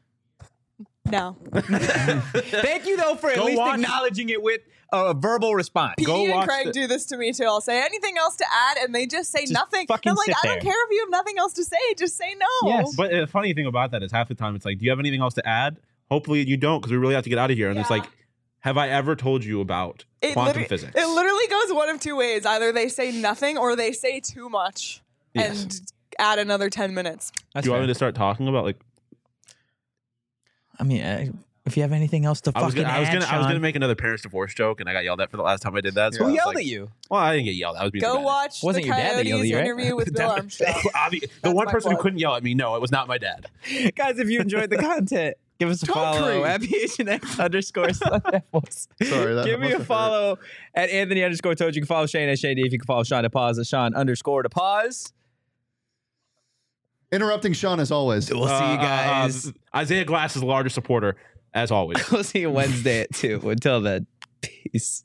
S4: No.
S1: Thank you, though, for at
S3: Go
S1: least
S3: watch-
S1: acknowledging it with a verbal response.
S3: Go
S4: PD and
S3: watch
S4: Craig
S3: the-
S4: do this to me too. I'll say anything else to add, and they just say nothing.
S1: fucking
S4: I'm like,
S1: sit
S4: I don't
S1: there.
S4: care if you have nothing else to say. Just say no.
S1: Yes.
S3: But the funny thing about that is half the time it's like, do you have anything else to add? Hopefully you don't, because we really have to get out of here. And it's
S4: Yeah.
S3: like, have I ever told you about
S4: It
S3: quantum
S4: literally-
S3: physics?
S4: It literally goes one of two ways: either they say nothing, or they say too much
S3: Yes.
S4: and add another ten minutes.
S1: That's
S3: do you
S1: fair.
S3: want me to start talking about like
S1: I mean, uh, I,
S5: If you have anything else to
S3: I was
S5: fucking
S3: gonna, I was
S5: add,
S3: gonna, I was gonna
S5: Sean.
S3: make another parents divorce joke, and I got yelled at for the last time I did that. So
S2: Who
S3: I
S1: Who
S3: was
S1: yelled at
S3: like-
S1: you?
S3: Well, I didn't get yelled. at. I was being
S4: Go
S3: dramatic.
S4: watch
S1: Wasn't
S4: the
S1: your dad that
S4: Coyotes
S1: yelled at you, right?
S4: interview with Bill Armstrong.
S3: Obvi- the
S4: That's
S3: one
S4: my
S3: person who
S4: plug.
S3: couldn't yell at me. No, it was not my dad.
S1: Guys, if you enjoyed the content, give us a
S2: Don't
S1: follow
S2: creep.
S1: at PHNX underscore Sun Devils.
S2: Sorry, that
S1: Give me
S2: must
S1: a
S2: have
S1: follow at Anthony underscore Toad. You can follow Shane at Shane D. If you can follow Sean at Pause at Sean underscore to Pause.
S2: Interrupting Sean as always.
S1: We'll see
S3: Uh,
S1: you
S3: uh, uh,
S1: guys.
S3: Isaiah Glass is the largest supporter, as always.
S1: we'll see you Wednesday at 2. Until then, peace.